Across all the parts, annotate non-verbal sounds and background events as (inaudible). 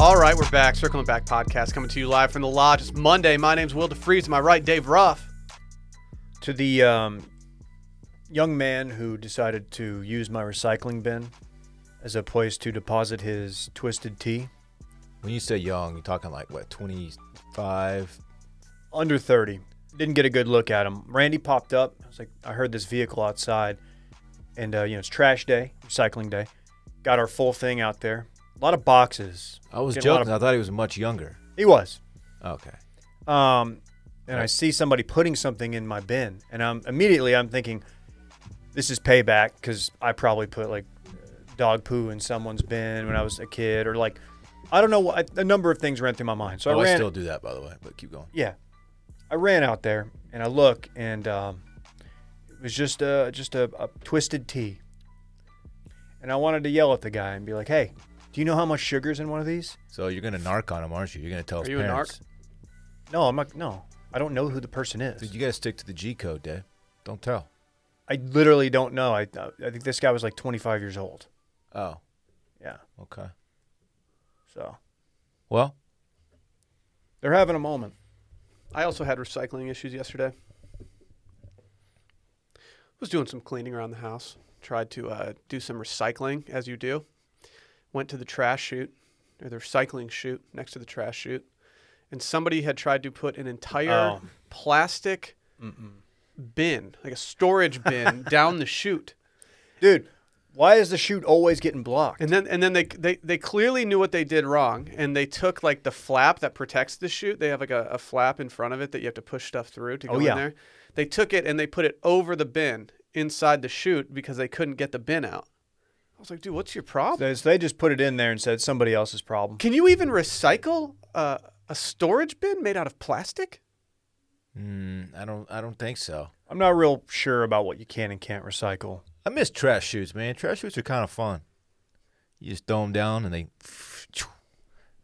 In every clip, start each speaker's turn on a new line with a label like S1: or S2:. S1: right, we're back. Circling Back podcast coming to you live from the lodge. It's Monday. My name's Will DeFreeze. To my right, Dave Ruff.
S2: to the um, young man who decided to use my recycling bin as a place to deposit his twisted tea.
S3: When you say young, you're talking like what, 25?
S2: Under 30. Didn't get a good look at him. Randy popped up. I was like, I heard this vehicle outside. And, uh, you know, it's trash day, recycling day. Got our full thing out there. A lot of boxes.
S3: I was
S2: Getting a lot
S3: joking.
S2: of-
S3: I thought he was much younger. Oh,
S2: he was.
S3: Okay.
S2: um, and I
S3: Right.
S2: see somebody putting something in my bin, and I'm immediately I'm thinking, this is payback because I probably put like dog poo in someone's bin when I was a kid, or like I don't know what a number of things ran through my mind. So
S3: Oh,
S2: I
S3: I
S2: ran,
S3: still do that, by the way, but keep going.
S2: yeah, I ran out there and I look, and um, it was just a just a, a twisted tea, and I wanted to yell at the guy and be like, hey. Do you know how much sugar's in one of these?
S3: So you're going to narc on him, aren't you? You're going to tell
S1: Are
S3: his
S1: you a
S3: parents.
S2: No, I'm like, no. I don't know who the person is.
S3: Dude, you got to stick to the G code, Dave. Don't tell.
S2: I literally don't know. I I think this guy was like 25 years old.
S3: Oh,
S2: Yeah.
S3: okay.
S2: So
S3: Well,
S2: they're having a moment.
S1: I also had recycling issues yesterday. Was doing some cleaning around the house. Tried to uh, do some recycling as you do. Went to the trash chute or the recycling chute next to the trash chute, and somebody had tried to put an entire
S2: Oh.
S1: plastic bin, like a storage bin, down the chute.
S2: Dude, why is the shoot always getting blocked?
S1: And then and then they, they they clearly knew what they did wrong, and they took like the flap that protects the chute. They have like a, a flap in front of it that you have to push stuff through to go
S2: Oh, yeah.
S1: in there. They took it and they put it over the bin inside the chute because they couldn't get the bin out. I was like, dude, what's your problem?
S2: So, so they just put it in there and said somebody else's problem.
S1: Can you even recycle uh, a storage bin made out of plastic?
S3: mm, I don't I don't think so.
S2: I'm not real sure about what you can and can't recycle.
S3: I miss trash shoots, man. Trash shoots are kind of fun. You just throw them down and they,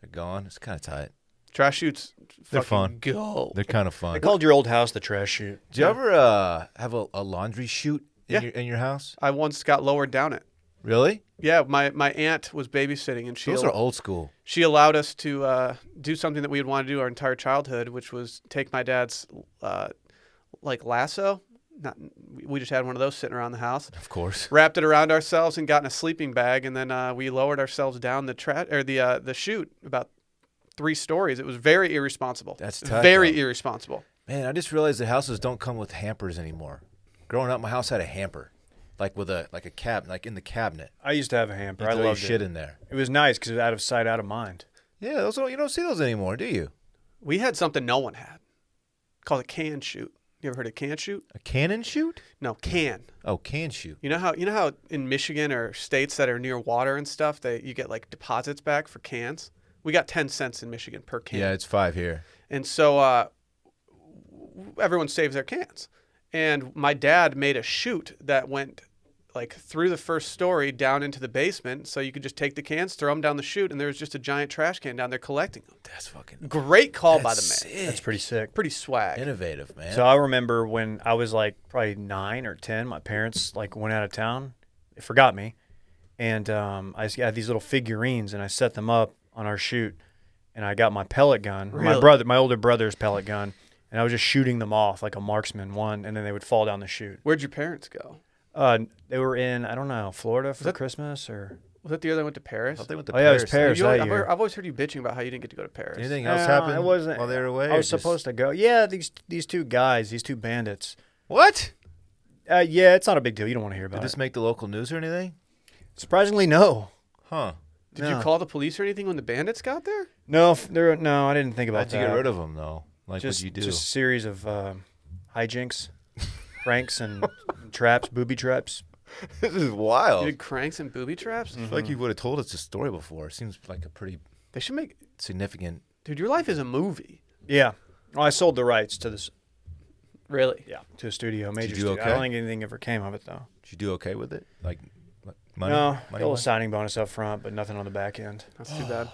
S3: they're gone. It's kind of tight.
S1: Trash chutes,
S3: They're
S1: fucking Go.
S3: They're kind of fun.
S2: I called your old house the trash chute.
S3: Do you ever uh, have a, a laundry chute in,
S1: Yeah.
S3: your, in your house?
S1: I once got lowered down it.
S3: Really?
S1: Yeah, my, my aunt was babysitting and she
S3: Those
S1: al-
S3: are old school.
S1: she allowed us to uh, do something that we had wanted to do our entire childhood, which was take my dad's uh, like lasso. Not we- we just had one of those sitting around the house,
S3: Of course.
S1: wrapped it around ourselves and got in a sleeping bag, and then uh, we lowered ourselves down the tra- or the uh, the chute about three stories. It was very irresponsible.
S3: That's tough,
S1: very
S3: though.
S1: irresponsible.
S3: Man, I just realized that houses don't come with hampers anymore. Growing up, my house had a hamper, like with a like a cab, like in the cabinet.
S2: I used to have a hamper.
S3: You
S2: I
S3: throw your
S2: loved it.
S3: shit in there.
S2: It was nice because out of sight, out of mind.
S3: Yeah, those don't, you don't see those anymore, do you?
S1: We had something no one had called a can shoot. You ever heard of can shoot?
S3: A cannon shoot?
S1: No, can.
S3: Oh, can shoot.
S1: You know how you know how in Michigan or states that are near water and stuff that you get like deposits back for cans. We got ten cents in Michigan per can,
S3: Yeah, it's five here.
S1: and so uh, everyone saves their cans. And my dad made a chute that went like through the first story down into the basement, so you could just take the cans, throw them down the chute, and there was just a giant trash can down there collecting them.
S3: That's fucking
S1: Great call by the man.
S3: That's sick.
S2: That's pretty sick.
S1: Pretty swag.
S3: innovative, man.
S2: So I remember when I was like probably nine or ten, my parents like went out of town. They forgot me, and um, I just had these little figurines, and I set them up on our shoot, and I got my pellet gun, or my
S1: Really?
S2: brother, my older brother's pellet gun, and I was just shooting them off like a marksman one, and then they would fall down the chute.
S1: Where'd your parents go?
S2: Uh, they were in I don't know Florida for Christmas or
S1: Was that the year they went to Paris?
S3: I thought they went to
S2: Oh, yeah, it was
S3: Paris.
S2: Paris.
S1: You
S2: that
S1: al- I've,
S2: year.
S1: I've always heard you bitching about how you didn't get to go to Paris.
S3: Anything else
S2: No,
S3: happened
S2: it wasn't
S3: while they were away?
S2: I was supposed to go. Yeah, these these two guys, these two bandits.
S3: What?
S2: Uh, yeah, it's not a big deal. You don't want to hear about
S3: Did
S2: it.
S3: this make the local news or anything?
S2: Surprisingly, no.
S3: Huh.
S1: Did
S2: No.
S1: you call the police or anything when the bandits got there?
S2: No, f- there. No, I didn't think
S3: I
S2: about
S3: had to
S2: that.
S3: get rid of them, though. Like,
S2: just, (laughs)
S3: what you do?
S2: Just series of uh,
S3: (laughs)
S2: hijinks, pranks, and traps, booby traps.
S3: this is wild.
S1: You did cranks and booby traps?
S3: I feel
S2: Hmm.
S3: like you would have told us the story before. It seems like a pretty
S1: They should make.
S3: significant.
S1: Dude, your life is a movie.
S2: Yeah. Well, I sold the rights to this.
S1: Really?
S2: Yeah, to a studio, a major
S3: do
S2: studio. I
S3: okay?
S2: don't think anything ever came of it though.
S3: Did you do okay with it? Like, like money?
S2: no,
S3: money
S2: a little
S3: wise?
S2: signing bonus up front, but nothing on the back end.
S1: That's too bad.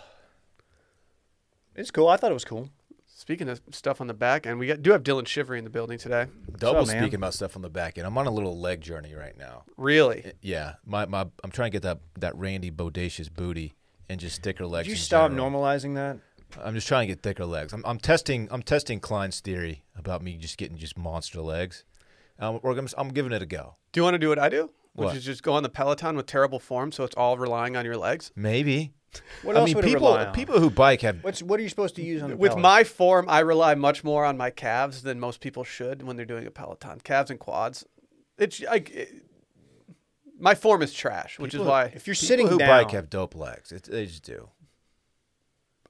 S2: It's cool. I thought it was cool.
S1: Speaking of stuff on the back end, we got, do have Dylan Shivery in the building today.
S3: Double
S2: What's up, man?
S3: speaking about stuff on the back end. I'm on a little leg journey right now.
S1: Really?
S3: Yeah, my, my I'm trying to get that that Randy bodacious booty and just thicker legs.
S2: Did you
S3: in
S2: stop
S3: general.
S2: normalizing that?
S3: I'm just trying to get thicker legs. I'm, I'm testing. I'm testing Klein's theory about me just getting just monster legs. Um, we're gonna- I'm giving it a go.
S1: Do you want to do what I do? Which
S3: What?
S1: is just go on the Peloton with terrible form, so it's all relying on your legs.
S3: Maybe.
S2: What
S3: I
S2: else
S3: mean,
S2: would
S3: people
S2: it rely on?
S3: people who bike have
S2: What's what are you supposed to use on the
S1: With
S2: Peloton?
S1: my form, I rely much more on my calves than most people should when they're doing a Peloton. Calves and quads. It's like it- my form is trash, which is why
S2: if you're
S3: people
S2: sitting
S3: who
S2: down,
S3: bike have dope legs. It, they just do.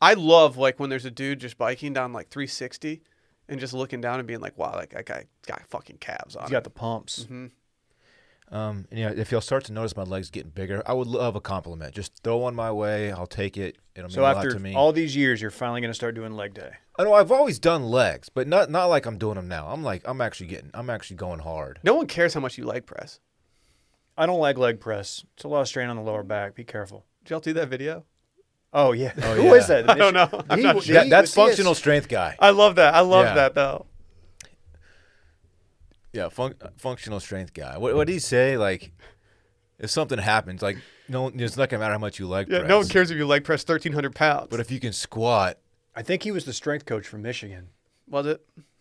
S1: I love like when there's a dude just biking down like 360 and just looking down and being like, "Wow, like that guy got fucking calves on."
S2: he's
S1: him."
S2: got the pumps.
S3: Mm-hmm. Um, and, you know, if y'all start to notice my legs getting bigger, I would love a compliment. Just throw one my way. I'll take it. It'll mean
S2: So
S3: a lot to
S2: after
S3: me.
S2: all these years, you're finally going to start doing leg day.
S3: I know I've always done legs, but not not like I'm doing them now. I'm like I'm actually getting. I'm actually going hard.
S1: No one cares how much you leg press.
S2: I don't like leg press. It's a lot of strain on the lower back. Be careful.
S1: Did y'all do that video?
S2: Oh yeah. (laughs)
S3: Oh,
S2: Who is
S3: yeah. (laughs)
S2: that? I
S1: don't know. I'm not
S3: That- that's functional strength guy.
S1: I love that. I love
S3: Yeah.
S1: that though.
S3: Yeah, func- functional strength guy. What what did he say? Like, if something happens, like no, it's not gonna matter how much you leg
S1: Yeah,
S3: press.
S1: no one cares if you leg press 1,300 pounds.
S3: But if you can squat,
S2: I think he was the strength coach from Michigan.
S1: was it?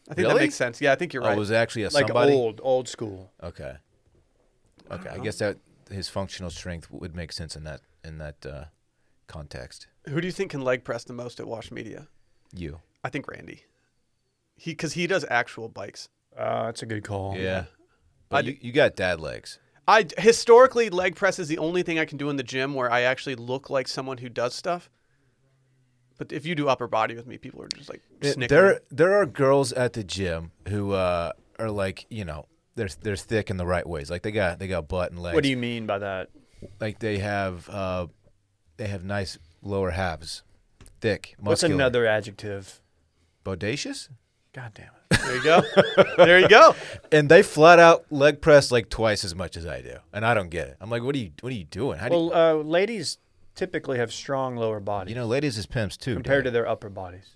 S1: I think that
S3: Really?
S1: makes sense. Yeah, I think you're
S3: I
S1: right.
S3: was actually a
S2: Like
S3: somebody.
S2: old, old school.
S3: Okay. Okay, I, guess that his functional strength would make sense in that in that uh, context.
S1: Who do you think can leg press the most at Wash Media?
S3: You.
S1: I think Randy. He because he does actual bikes.
S2: Uh, that's a good call.
S3: Yeah.
S1: I
S3: But you, you got dad legs.
S1: I historically leg press is the only thing I can do in the gym where I actually look like someone who does stuff. But if you do upper body with me, people are just like snickering.
S3: There there are girls at the gym who uh, are like you know they're they're thick in the right ways. Like they got they got butt and legs.
S2: What do you mean by that?
S3: like they have uh, they have nice lower halves, thick, muscular.
S2: What's another adjective?
S3: bodacious?
S2: God damn it.
S1: there you go. there you go.
S3: And they flat out leg press like twice as much as I do, and I don't get it. I'm like, what are you what are you doing? How do
S2: Well, uh, ladies typically have strong lower
S3: you,
S2: bodies
S3: you know, ladies is pimps too.
S2: compared to
S3: dude.
S2: their upper bodies,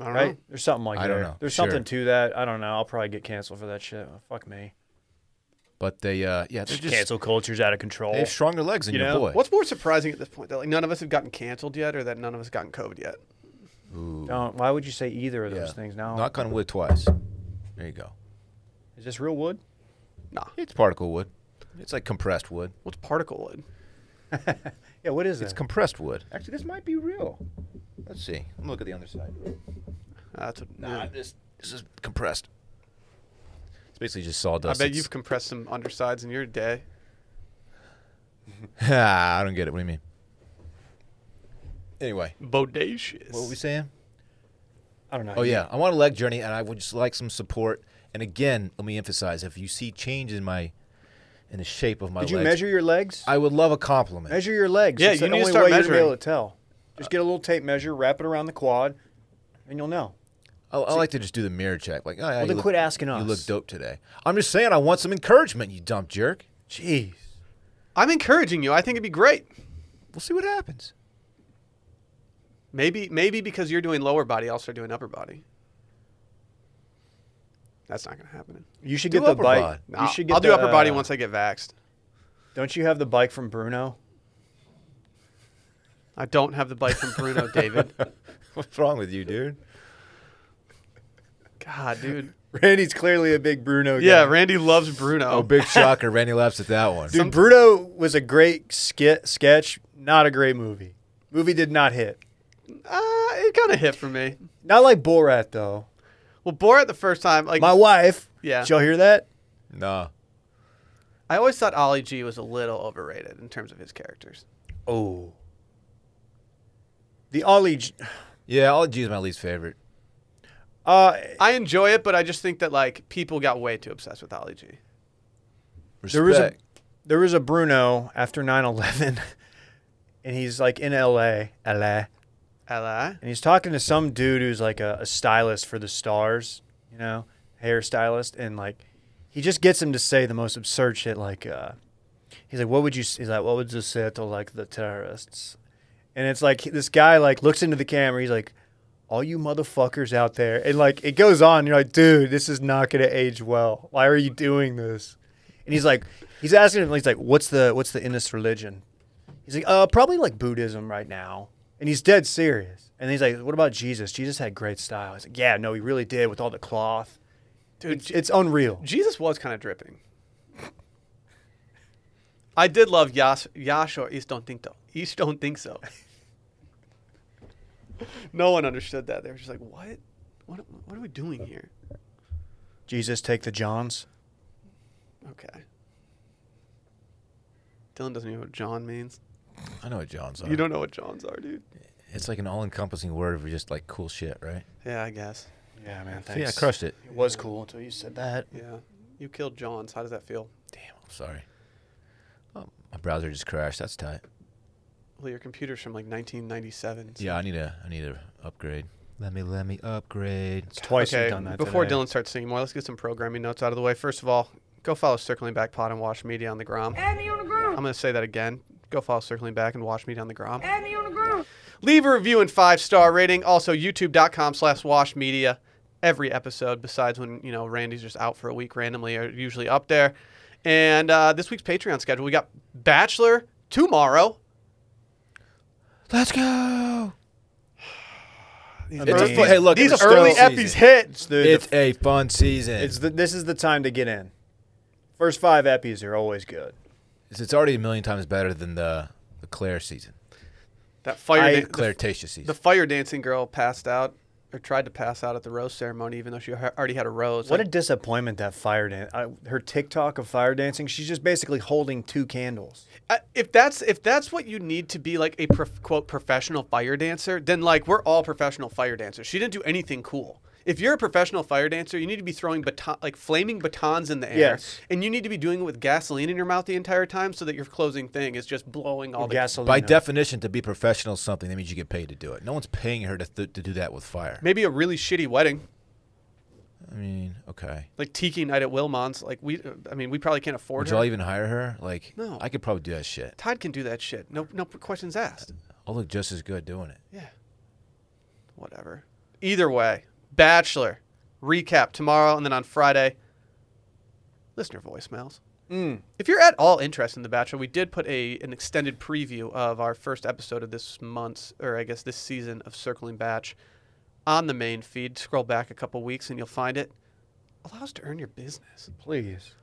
S1: I don't
S2: right?
S1: know.
S2: There's something like
S3: I
S2: that.
S3: don't know.
S2: There's
S3: Sure.
S2: something to that. I don't know. I'll probably get canceled for that shit. Oh, fuck me.
S3: but they uh, yeah they're just
S2: Cancel culture's out of control.
S3: they have stronger legs than
S2: You
S3: your
S2: know?
S3: boy.
S1: What's more surprising at this point, that like none of us have gotten canceled yet, or that none of us gotten COVID yet?
S2: Don't- why would you say either of
S3: Yeah.
S2: those things now?
S3: Knock on wood twice. There you go.
S2: Is this real wood?
S1: Nah.
S3: It's particle wood. It's like compressed wood.
S1: What's particle wood?
S2: Yeah, what is this?
S3: It's compressed wood. Actually, this might be real. Let's see. Let me look at the other side.
S1: Uh, that's what,
S3: Nah,
S1: yeah.
S3: this this is compressed. It's basically just sawdust.
S1: I bet
S3: It's-
S1: you've compressed some undersides in your day.
S3: (laughs) Ah, I don't get it. What do you mean? Anyway,
S1: Bodacious.
S3: what were we saying?
S2: I don't know.
S3: Oh yeah, I want a leg journey, and I would just like some support. And again, let me emphasize: if you see change in my, in the shape of my
S2: Did you
S3: legs,
S2: measure your legs?
S3: I would love a compliment.
S2: measure your legs.
S1: Yeah,
S2: It's
S1: you
S2: the
S1: need to
S2: only
S1: start
S2: way you're gonna be able
S1: measuring.
S2: to tell. Just get a little tape measure, wrap it around the quad, and you'll know.
S3: I, I like to just do the mirror check. Like, oh, yeah,
S2: Well,
S3: you
S2: then
S3: look-
S2: quit asking
S3: You look
S2: us.
S3: dope today. I'm just saying, I want some encouragement. You dumb jerk. Jeez,
S1: I'm encouraging you. I think it'd be great.
S3: we'll see what happens.
S1: Maybe maybe because you're doing lower body, I'll start doing upper body. That's not gonna happen.
S2: You should
S3: Do
S2: get the
S3: upper
S2: bike.
S3: bod.
S1: Nah,
S2: You should get
S1: I'll do
S2: the,
S1: upper body
S2: uh,
S1: once I get vaxxed.
S2: Don't you have the bike from Bruno?
S1: I don't have the bike from Bruno, (laughs) David.
S3: (laughs) What's wrong with you, dude?
S1: God, dude.
S2: Randy's clearly a big Bruno.
S1: (laughs) Yeah, Randy loves Bruno.
S3: Oh, big shocker! Randy laughs at that one.
S2: Dude, Bruno was a great skit sketch, not a great movie. Movie did not hit.
S1: Uh, it kind of hit for me.
S2: Not like Borat though.
S1: Well, Borat the first time, like
S2: My wife.
S1: Yeah.
S2: Did y'all hear that?
S3: Nah.
S1: I always thought Ollie G was a little overrated in terms of his characters.
S2: Oh. The Ollie. J-
S3: Yeah, all G is my least favorite.
S2: Uh,
S1: I enjoy it, but I just think that like people got way too obsessed with Ollie G.
S3: Respect.
S2: there was a there was a Bruno after 9/11, (laughs) and he's like in L.A. L.A.
S1: Hello?
S2: and he's talking to some dude who's like a, a stylist for the stars, you know, hairstylist, and like he just gets him to say the most absurd shit. Like, uh, he's like, "What would you?" s- He's like, "What would you say to like the terrorists?" And it's like this guy like looks into the camera. He's like, "All you motherfuckers out there," and like it goes on. You're like, "Dude, this is not gonna age well. Why are you doing this?" And he's like, he's asking him. He's like, "What's the what's the in this religion?" He's like, uh, probably like Buddhism right now. And he's dead serious. And he's like, what about Jesus? Jesus had great style. He's like, yeah, no, he really did with all the cloth.
S1: Dude,
S2: It's, it's unreal.
S1: Jesus was kind of dripping. I did love Yash, Yash or East Don't Think So. East Don't Think So. (laughs) no one understood that. They were just like, what? What, what are we doing here?
S2: Jesus, take the Johns.
S1: Okay. Dylan doesn't even know what John means.
S3: I know what John's are.
S1: You don't know what Johns are, dude.
S3: It's like an all-encompassing word for just like cool shit, right?
S1: Yeah, I guess.
S2: Yeah, man.
S3: So, yeah, I crushed it.
S2: It was cool until you said that.
S1: Yeah. You killed Johns. How does that feel?
S3: Damn, I'm sorry. Oh, my browser just crashed. That's tight.
S1: Well, your computer's from like 1997. so-
S3: Yeah, I need a I need a upgrade. Let me let me upgrade.
S2: It's twice
S1: okay,
S2: you've done that.
S1: Before
S2: today.
S1: Dylan starts singing more, let's get some programming notes out of the way. First of all, go follow Circling Back Pod and Wash Media on the Grom.
S4: Add me on the ground.
S1: I'm going to say that again. Go follow Circling Back and Wash Media on the Grom.
S4: Add me on the ground.
S1: Leave a review and five star rating. Also, youtube.com slash wash media. Every episode, besides when, you know, Randy's just out for a week randomly, are usually up there. And uh, this week's Patreon schedule, we got Bachelor tomorrow.
S3: Let's go.
S1: These
S2: It's a
S1: early-
S2: fu- hey,
S3: look,
S1: these
S3: it's
S1: early
S3: still-
S1: Effies hit.
S2: It's the, the-
S3: It's a fun season.
S2: it's
S3: It's,
S2: the, this is the time to get in. First five eppies are always good.
S3: it's already a million times better than the the Claire season,
S1: That fire,
S2: I-
S1: dan- the
S3: Claire Tasia season.
S1: The fire dancing girl passed out or tried to pass out at the rose ceremony, even though she ha- already had a rose.
S2: What a
S1: Like,
S2: disappointment that fire dance. Her TikTok of fire dancing, she's just basically holding two candles.
S1: I- if that's if that's what you need to be like a prof- quote professional fire dancer, then like we're all professional fire dancers. She didn't do anything cool. If you're a professional fire dancer, you need to be throwing baton, like flaming batons in the air,
S2: Yes.
S1: and you need to be doing it with gasoline in your mouth the entire time, so that your closing thing is just blowing all the
S2: Gasoline.
S3: By definition, to be professional is something that means you get paid to do it. No one's paying her to, th- to do that with fire.
S1: Maybe a really shitty wedding,
S3: I mean, okay.
S1: like Tiki night at Wilmon's. Like we, I mean, we probably can't afford
S3: Would
S1: her.
S3: y'all even hire her? Like,
S1: No.
S3: I could probably do that shit.
S1: Todd can do that shit. No, no questions asked.
S3: I'll look just as good doing it.
S1: Yeah. Whatever. Either way, Bachelor recap tomorrow and then on Friday, listener voicemails.
S2: Mm.
S1: If you're at all interested in The Bachelor, we did put a an extended preview of our first episode of this month's, or I guess this season of Circling Batch on the main feed. Scroll back a couple weeks and you'll find it. Allow us to earn your business.
S2: Please.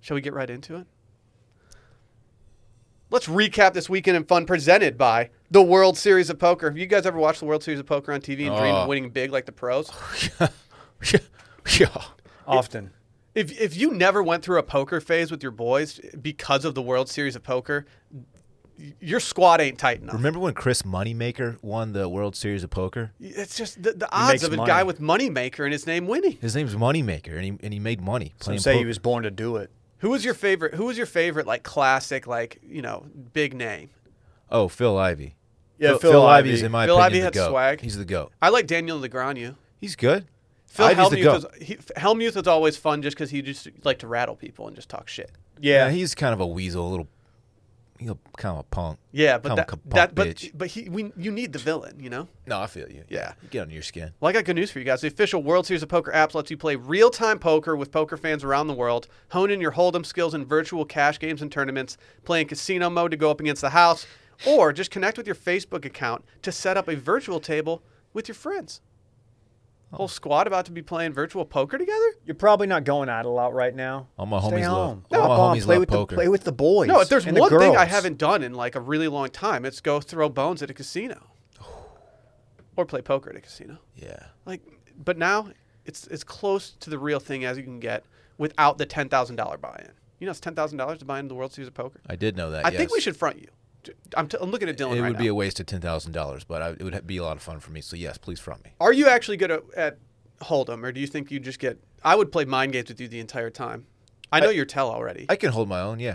S1: Shall we get right into it? Let's recap this weekend in fun presented by the World Series of Poker. Have you guys ever watched the World Series of Poker on TV and dreamed
S3: Oh.
S1: of winning big like the pros?
S3: yeah. (laughs) Yeah. (laughs)
S2: Often.
S1: If, if you never went through a poker phase with your boys because of the World Series of Poker, y- your squad ain't tight enough.
S3: Remember when Chris Moneymaker won the World Series of Poker?
S1: It's just the, the odds
S2: makes
S1: of a
S2: money.
S1: guy with moneymaker and his name winning.
S3: His name's Moneymaker, and he and he made money
S2: Some
S3: playing
S2: say he
S3: poker.
S2: was born to do it.
S1: Who was your favorite? Who was your favorite like classic like you know big name?
S3: oh, Phil Ivey.
S2: Yeah,
S3: Phil,
S2: Phil
S3: Phil Ivey
S2: Ivey.
S3: is in my
S1: Phil
S3: opinion
S1: Ivey
S3: the
S1: had
S3: goat.
S1: swag.
S3: He's the goat.
S1: I like Daniel Legrand.
S3: He's good.
S1: Phil
S3: Ivey's the
S1: Hellmuth
S3: goat.
S1: was, he, Hellmuth was always fun just because he just like to rattle people and just talk shit.
S2: Yeah.
S3: he's kind of a weasel, a little, you know, kind of a punk.
S1: Yeah, but
S3: Kind
S1: that,
S3: of a punk
S1: that but
S3: bitch.
S1: but he we, you need the villain, you know.
S3: No, I feel you.
S1: Yeah.
S3: You get under your skin.
S1: Well, I got good news for you guys. The official World Series of Poker app lets you play real-time poker with poker fans around the world. Hone in your hold'em skills in virtual cash games and tournaments. Play in casino mode to go up against the house, or just connect with your Facebook account to set up a virtual table with your friends. Whole squad about to be playing virtual poker together.
S2: You're probably not going out a lot right now.
S3: All my
S2: Stay
S3: homies love-
S2: home.
S3: all
S2: Hop
S3: my
S2: on,
S3: homies
S2: play
S3: love
S2: with
S3: poker.
S2: The, play with the boys.
S1: No, if there's
S2: and the
S1: one thing I
S2: girls.
S1: haven't done in like a really long time, it's go throw bones at a casino, or play poker at a casino.
S3: Yeah.
S1: Like, but now it's as close to the real thing as you can get without the ten thousand dollar buy-in. You know, it's ten thousand dollars to buy into the World Series of Poker.
S3: I did know that.
S1: I think we
S3: yes.
S1: should front you. J- I'm, t- I'm looking at Dylan
S3: It
S1: right
S3: would
S1: now.
S3: be a waste of ten thousand dollars, but I, it would be a lot of fun for me. So yes, please front me.
S1: Are you actually good at, at hold'em, or do you think you just get? I would play mind games with you the entire time. I know your tell already.
S3: I can hold my own. Yeah.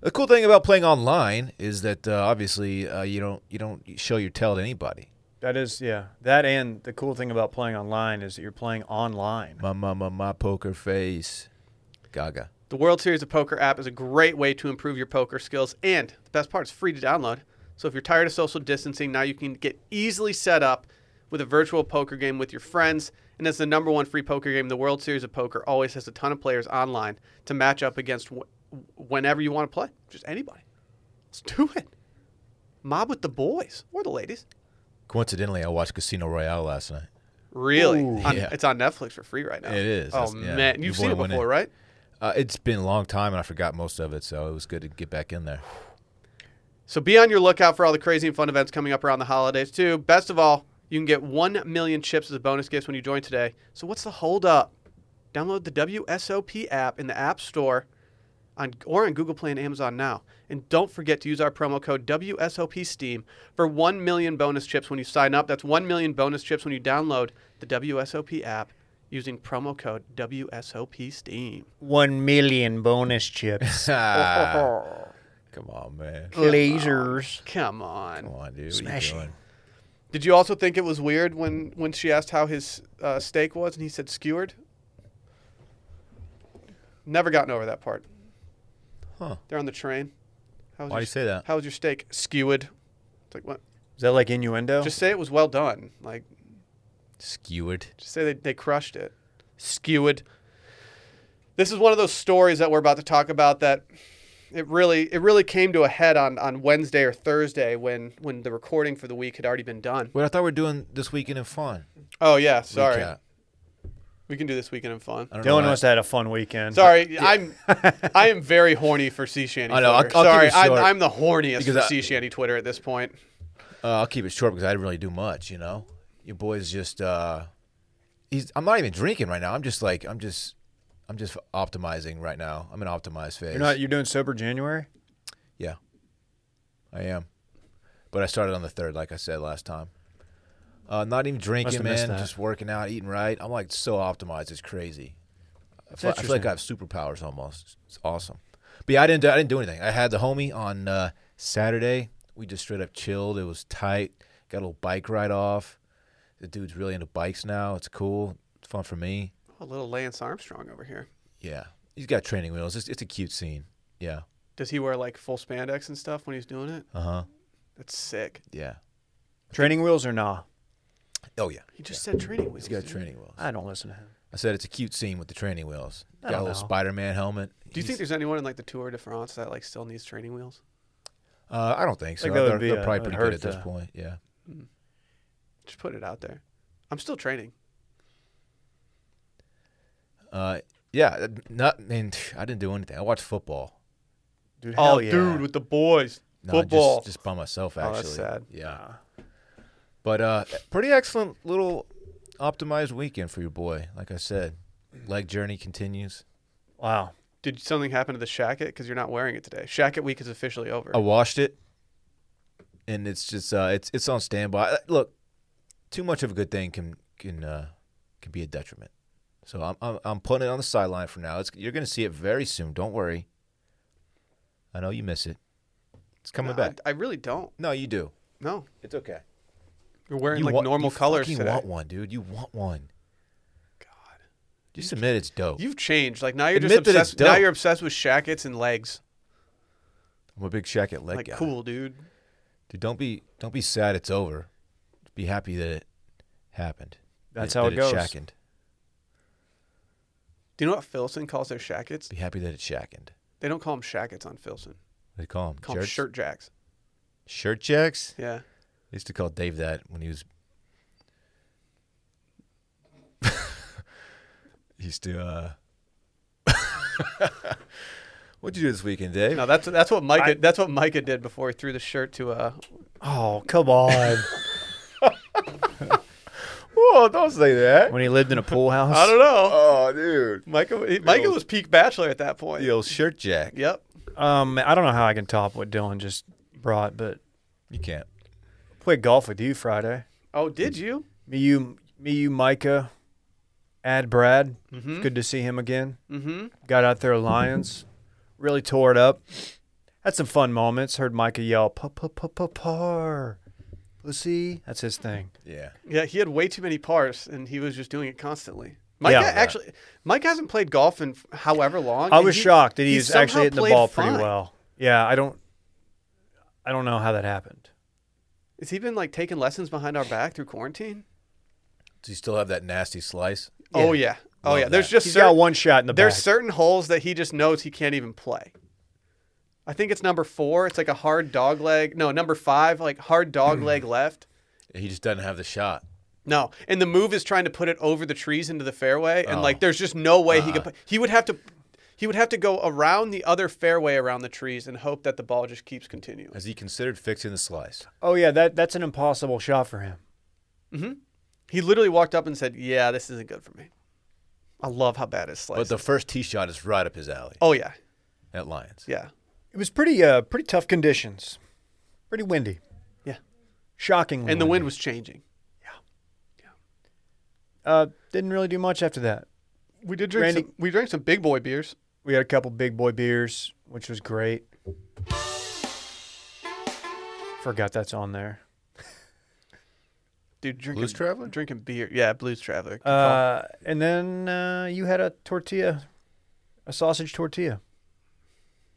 S3: The cool thing about playing online is that uh, obviously uh, you don't you don't show your tail to anybody.
S2: That is, yeah. That and the cool thing about playing online is that you're playing online.
S3: My my my, my poker face, Gaga.
S1: the World Series of Poker app is a great way to improve your poker skills, and the best part, it's free to download. So if you're tired of social distancing, now you can get easily set up with a virtual poker game with your friends. And as the number one free poker game, the World Series of Poker always has a ton of players online to match up against wh- whenever you want to play. Just anybody. Let's do it. Mob with the boys or the ladies.
S3: Coincidentally, I watched Casino Royale last night.
S1: Really?
S2: Ooh.
S1: On-
S3: Yeah.
S1: It's on Netflix for free right now.
S3: It is.
S1: Oh
S3: That's- yeah.
S1: man,
S3: Your
S1: you've
S3: boy
S1: seen it
S3: went in.
S1: before, right?
S3: Uh, it's been a long time, and I forgot most of it, so it was good to get back
S1: (laughs)
S3: in there. (laughs)
S1: So be on your lookout for all the crazy and fun events coming up around the holidays too. Best of all, you can get 1 million chips as a bonus gift when you join today. So what's the hold up? Download the WSOP app in the App Store on, or on Google Play and Amazon now. And don't forget to use our promo code WSOP Steam for 1 million bonus chips when you sign up. That's 1 million bonus chips when you download the WSOP app using promo code WSOP Steam.
S2: One million bonus
S3: (laughs)
S2: chips.
S1: (laughs)
S3: Ah, come on, man.
S2: Lasers.
S1: Come on.
S3: Come on, dude.
S2: Smashing.
S3: What are you doing?
S1: Did you also think it was weird when when she asked how his uh, steak was and he said skewered? Never gotten over that part.
S3: Huh.
S1: They're on the train. How was
S3: Why do
S1: your,
S3: you say that?
S1: How was your steak skewered? It's like what?
S2: Is that like
S3: Oh.
S2: innuendo?
S1: Just say it was well done. Like
S3: Skewered.
S1: just say they, they crushed it. Skewered. This is one of those stories that we're about to talk about that it really it really came to a head on, on Wednesday or Thursday when when the recording for the week had already been done.
S3: Wait, I thought we were doing this weekend in fun.
S1: Oh yeah, sorry.
S3: Recap.
S1: We can do this weekend in fun.
S3: I don't know
S2: Dylan
S3: why-
S2: must have had a fun weekend.
S1: Sorry,
S3: (laughs)
S1: I'm I am very horny for sea shanty.
S3: I know, I'll-
S1: Twitter.
S3: I'll keep
S1: Sorry,
S3: it
S1: I'm,
S3: short.
S1: I'm the horniest
S3: Because
S1: for
S3: I-
S1: sea shanty Twitter at this point.
S3: Uh, I'll keep it short because I didn't really do much, you know. Your boy's just uh he's I'm not even drinking right now. I'm just like I'm just I'm just optimizing right now. I'm in optimized phase.
S2: You're not. You're doing sober January.
S3: yeah. I am. But I started on the 3rd like I said last time. Uh, not even drinking,
S2: have missed
S3: man.
S2: that.
S3: Just working out, eating right. I'm like so optimized. It's crazy. I
S2: That's
S3: feel, I feel like
S2: interesting.
S3: I have superpowers almost. It's awesome. But yeah, I didn't. Do, I didn't do anything. I had the homie on uh, Saturday. We just straight up chilled. It was tight. Got a little bike ride off. The dude's really into bikes now. It's cool. It's fun for me.
S1: A Oh, little Lance Armstrong over here.
S3: Yeah, he's got training wheels. It's, it's a cute scene. Yeah.
S1: Does he wear like full spandex and stuff when he's doing it?
S3: Uh huh.
S1: That's sick.
S3: Yeah.
S2: Training wheels or nah?
S3: Oh yeah.
S1: He just said training wheels.
S3: He's got
S1: dude.
S3: training wheels.
S2: I don't listen to him.
S3: I said it's a cute scene with the training wheels.
S2: I
S3: Got a
S2: don't
S3: little
S2: know.
S3: Spider-Man helmet.
S1: Do you think
S3: He's-
S1: there's anyone in like the Tour de France that like still needs training wheels?
S3: Uh, I don't think so.
S2: Like, that would
S3: they're
S2: be
S3: they're
S2: a-
S3: probably
S2: would
S3: pretty good
S2: hurt
S3: at this
S2: the-
S3: point. Yeah.
S1: Just put it out there. I'm still training.
S3: Uh, yeah. uh, Not. I mean, I didn't do anything. I watched football.
S2: Dude,
S1: oh,
S2: hell yeah.
S1: dude, with the boys,
S3: No,
S1: football.
S3: Just, just by myself,
S1: Oh,
S3: actually.
S1: that's sad.
S3: Yeah.
S2: Nah.
S3: But uh, pretty excellent little optimized weekend for your boy. Like I said, leg journey continues.
S2: Wow.
S1: Did something happen to the shacket? Because you're not wearing it today. Shacket week is officially over.
S3: I washed it, and it's just uh, it's it's on standby. Uh, Look, too much of a good thing can can uh, can be a detriment. So I'm I'm, I'm putting it on the sideline for now. It's, you're going to see it very soon. Don't worry. I know you miss it. It's coming
S1: No,
S3: back.
S1: I, I really don't.
S3: No, you do.
S1: No,
S3: It's okay.
S1: you're wearing
S3: you
S1: like
S3: wa-
S1: normal
S3: you
S1: colors
S3: fucking
S1: today.
S3: want one, dude. You want one.
S1: God.
S3: Just admit it's dope.
S1: You've changed. Like now you're just
S3: Admit that it's
S1: obsessed. Now
S3: dope.
S1: you're obsessed with shackets and legs.
S3: I'm a big Shaq at leg
S1: Like
S3: guy.
S1: cool, dude.
S3: Dude, don't be don't be sad it's over. Be happy that it happened.
S2: That's
S3: that,
S2: how
S3: that
S2: it goes.
S3: shackened.
S1: Do you know what Filson calls their shackets?
S3: Be happy that it shackened.
S1: They don't call them shackets on Filson.
S3: What do they call them?
S1: They call them shirt jacks.
S3: Shirt jacks?
S1: Yeah.
S3: I used to call Dave that when he was (laughs) He used to uh (laughs) What'd you do this weekend, Dave?
S1: No, that's that's what Micah
S2: I-
S1: that's what Micah did before he threw the shirt to uh
S2: Oh, come on.
S3: Whoa, don't say that.
S2: when he lived in a pool house.
S1: I don't know.
S3: Oh, dude.
S1: Micah he- Micah was peak bachelor at that point.
S3: The old shirt jack.
S1: Yep.
S2: Um, I don't know how I can top what Dylan just brought, but
S3: You can't.
S2: played golf with you Friday.
S1: Oh, did you?
S2: Me, you, me, you, Micah, Ad, Brad. It's good to see him again.
S1: Mm-hmm.
S2: Got out there, Lions. Really tore it up. Had some fun moments. Heard Micah yell, "Pa pa pa pa par, pussy." That's his thing.
S3: Yeah.
S1: Yeah, he had way too many pars and he was just doing it constantly. Micah
S2: Yeah.
S1: actually Mike hasn't played golf in however long.
S2: I
S1: and
S2: was
S1: he-
S2: shocked that he,
S1: he
S2: was
S1: somehow
S2: actually hitting the
S1: played
S2: ball pretty
S1: fine.
S2: well. Yeah, I don't, I don't know how that happened.
S1: Has he been like taking lessons behind our back through quarantine?
S3: Does he still have that nasty slice?
S1: Oh yeah. Oh yeah, there's just
S2: He's
S1: certain,
S2: got one shot in the
S1: there's
S2: back.
S1: certain holes that he just knows he can't even play. I think it's number four. It's like a hard dog leg. No, number five, like hard dog leg left.
S3: He just doesn't have the shot.
S1: No, and the move is trying to put it over the trees into the fairway, and like there's just no way he could. Put, he would have to, he would have to go around the other fairway around the trees and hope that the ball just keeps continuing.
S3: Has he considered fixing the slice?
S2: oh yeah, that that's an impossible shot for him.
S1: He literally walked up and said, "Yeah, this isn't good for me." I love how bad his slice.
S3: But the first tee shot is right up his alley
S1: oh yeah,
S3: at Lions.
S1: yeah,
S2: It was pretty uh pretty tough conditions, pretty windy,
S1: yeah.
S2: shockingly.
S1: And the
S2: windy.
S1: wind was changing.
S2: uh didn't really do much after that.
S1: We did drink.
S2: Randy-
S1: Some, we drank some big boy beers.
S2: We had a couple big boy beers, which was great. Forgot that's on there.
S1: Dude, drinking
S3: Blues Traveler?
S1: drinking beer. Yeah, Blues Traveler. Good
S2: Uh, and then uh, you had a tortilla, a sausage tortilla,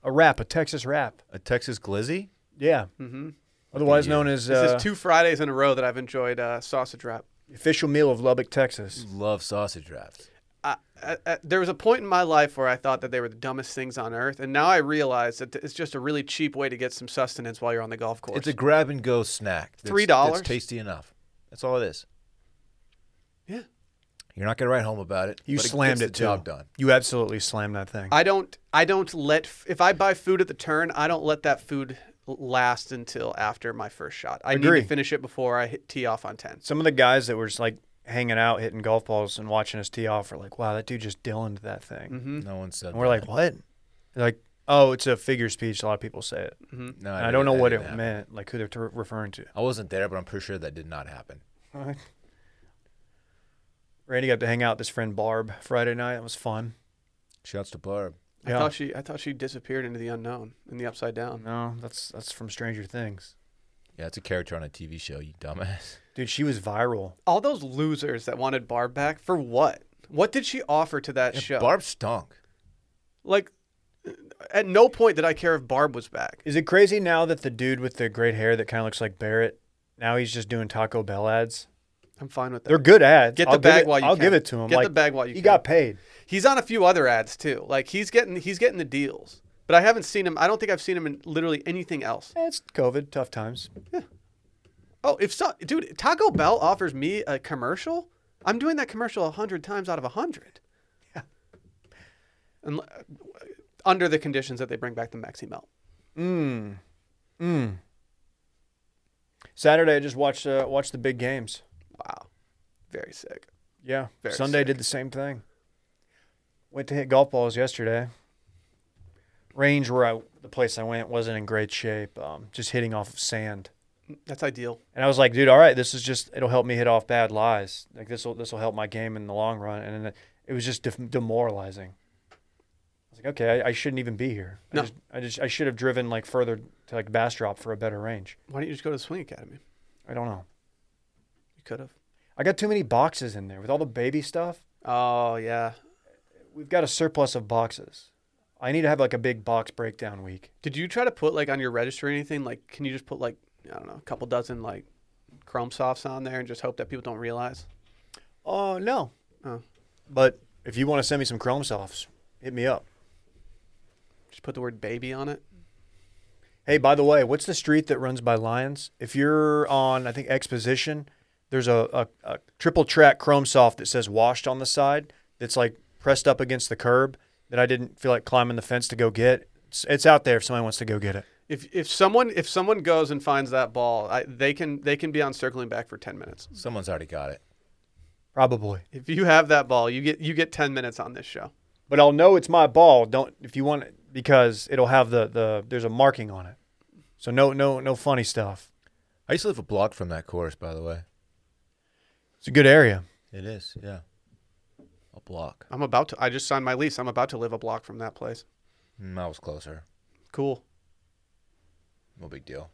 S2: a wrap, a Texas wrap.
S3: A Texas glizzy?
S2: Yeah. Mm-hmm. Otherwise known as
S1: call. this
S2: uh,
S1: is two Fridays in a row that I've enjoyed uh, sausage wrap.
S2: official meal of Lubbock, Texas.
S3: Love sausage wraps.
S1: I, I, I- there was a point in my life where I thought that they were the dumbest things on earth, and now I realize that it's just a really cheap way to get some sustenance while you're on the golf course.
S3: It's a grab and go snack. that's-
S1: $3?
S3: That's tasty enough. That's all it is.
S1: yeah.
S3: You're not gonna write home about it.
S2: You
S3: but
S2: slammed
S3: it.
S2: it,
S3: Gets
S2: too.
S3: the job done.
S2: You absolutely slammed that thing.
S1: I don't. I don't let. f- If I buy food at the turn, I don't let that food l- last until after my first shot. I need
S2: Agree.
S1: to finish it before I hit tee off on ten.
S2: Some of the guys that were just like hanging out, hitting golf balls, and watching us tee off were like, "Wow, that dude just dilled that thing."
S1: Mm-hmm.
S3: No one said.
S2: And we're like, "What?" They're like, "Oh, it's a figure speech." A lot of people say it.
S3: that. no,
S2: And I don't know what it meant, like who they're t- referring to. (laughs)
S3: I wasn't there, but I'm pretty sure that did not happen.
S2: Randy got to hang out with his friend Barb Friday night. It was fun.
S3: Shouts to Barb.
S1: I
S2: Yeah.
S1: thought she. I thought she disappeared into the unknown in the upside down.
S2: No, that's that's from Stranger Things.
S3: Yeah, it's a character on a TV show. You
S2: (laughs)
S3: dumbass.
S2: Dude, she was viral.
S1: All those losers that wanted Barb back for what? What did she offer to that show?
S3: Barb stunk.
S1: Like, at no point did I care if Barb was back.
S2: Is it crazy now that the dude with the great hair that kind of looks like Barrett, now he's just doing Taco Bell ads?
S1: I'm fine with that.
S2: They're good ads.
S1: Get the
S2: I'll give
S1: bag
S2: it-
S1: while you
S2: I'll
S1: can.
S2: give it to him.
S1: Get the
S2: Like,
S1: bag while you
S2: He
S1: can.
S2: got paid.
S1: He's on a few other ads too. Like he's getting he's getting the deals, but I haven't seen him. I don't think I've seen him in literally anything else.
S2: Eh, It's COVID, tough times.
S1: Oh, if so, dude, Taco Bell offers me a commercial, I'm doing that commercial a hundred times out of a hundred. Yeah. under the conditions that they bring back the Maxi Melt.
S2: Mm. Saturday, I just watched uh, watched the big games.
S1: Wow, very sick.
S2: Yeah.
S1: Very
S2: Sunday did the same thing. Went to hit golf balls yesterday. Range where I, the place I went wasn't in great shape. Um, just hitting off of sand.
S1: That's ideal.
S2: And I was like, dude, all right, this is just it'll help me hit off bad lies. Like this will this will help my game in the long run. And then it was just def- demoralizing. I was like, okay, I, I shouldn't even be here. I
S1: No.
S2: just I just I should have driven like further to like Bastrop for a better range.
S1: Why don't you just go to the Swing Academy?
S2: I don't know.
S1: You could have.
S2: I got too many boxes in there with all the baby stuff.
S1: Oh yeah.
S2: We've got a surplus of boxes. I need to have like a big box breakdown week.
S1: Did you try to put like on your register or anything? Like, can you just put like I don't know, a couple dozen like Chrome softs on there and just hope that people don't realize?
S2: Oh no.
S1: Oh.
S2: But if you want to send me some Chrome softs, hit me up.
S1: Just put the word baby on it.
S2: Hey, by the way, what's the street that runs by Lions? If you're on, I think Exposition, there's a, a, a triple track Chrome Soft that says "washed" on the side. That's like pressed up against the curb that I didn't feel like climbing the fence to go get. It's, it's out there if somebody wants to go get it.
S1: If if someone if someone goes and finds that ball, I, they can they can be on circling back for ten minutes.
S3: Someone's already got it.
S2: Probably,
S1: If you have that ball, you get you get ten minutes on this show.
S2: but I'll know it's my ball. Don't if you want it because it'll have the the there's a marking on it. So no no no funny stuff.
S3: I used to live a block from that course, by the way.
S2: It's a good area.
S3: It is, yeah. A block.
S1: I'm about to. I just signed my lease. I'm about to live a block from that place.
S3: Mm, I was closer.
S1: Cool.
S3: No big deal.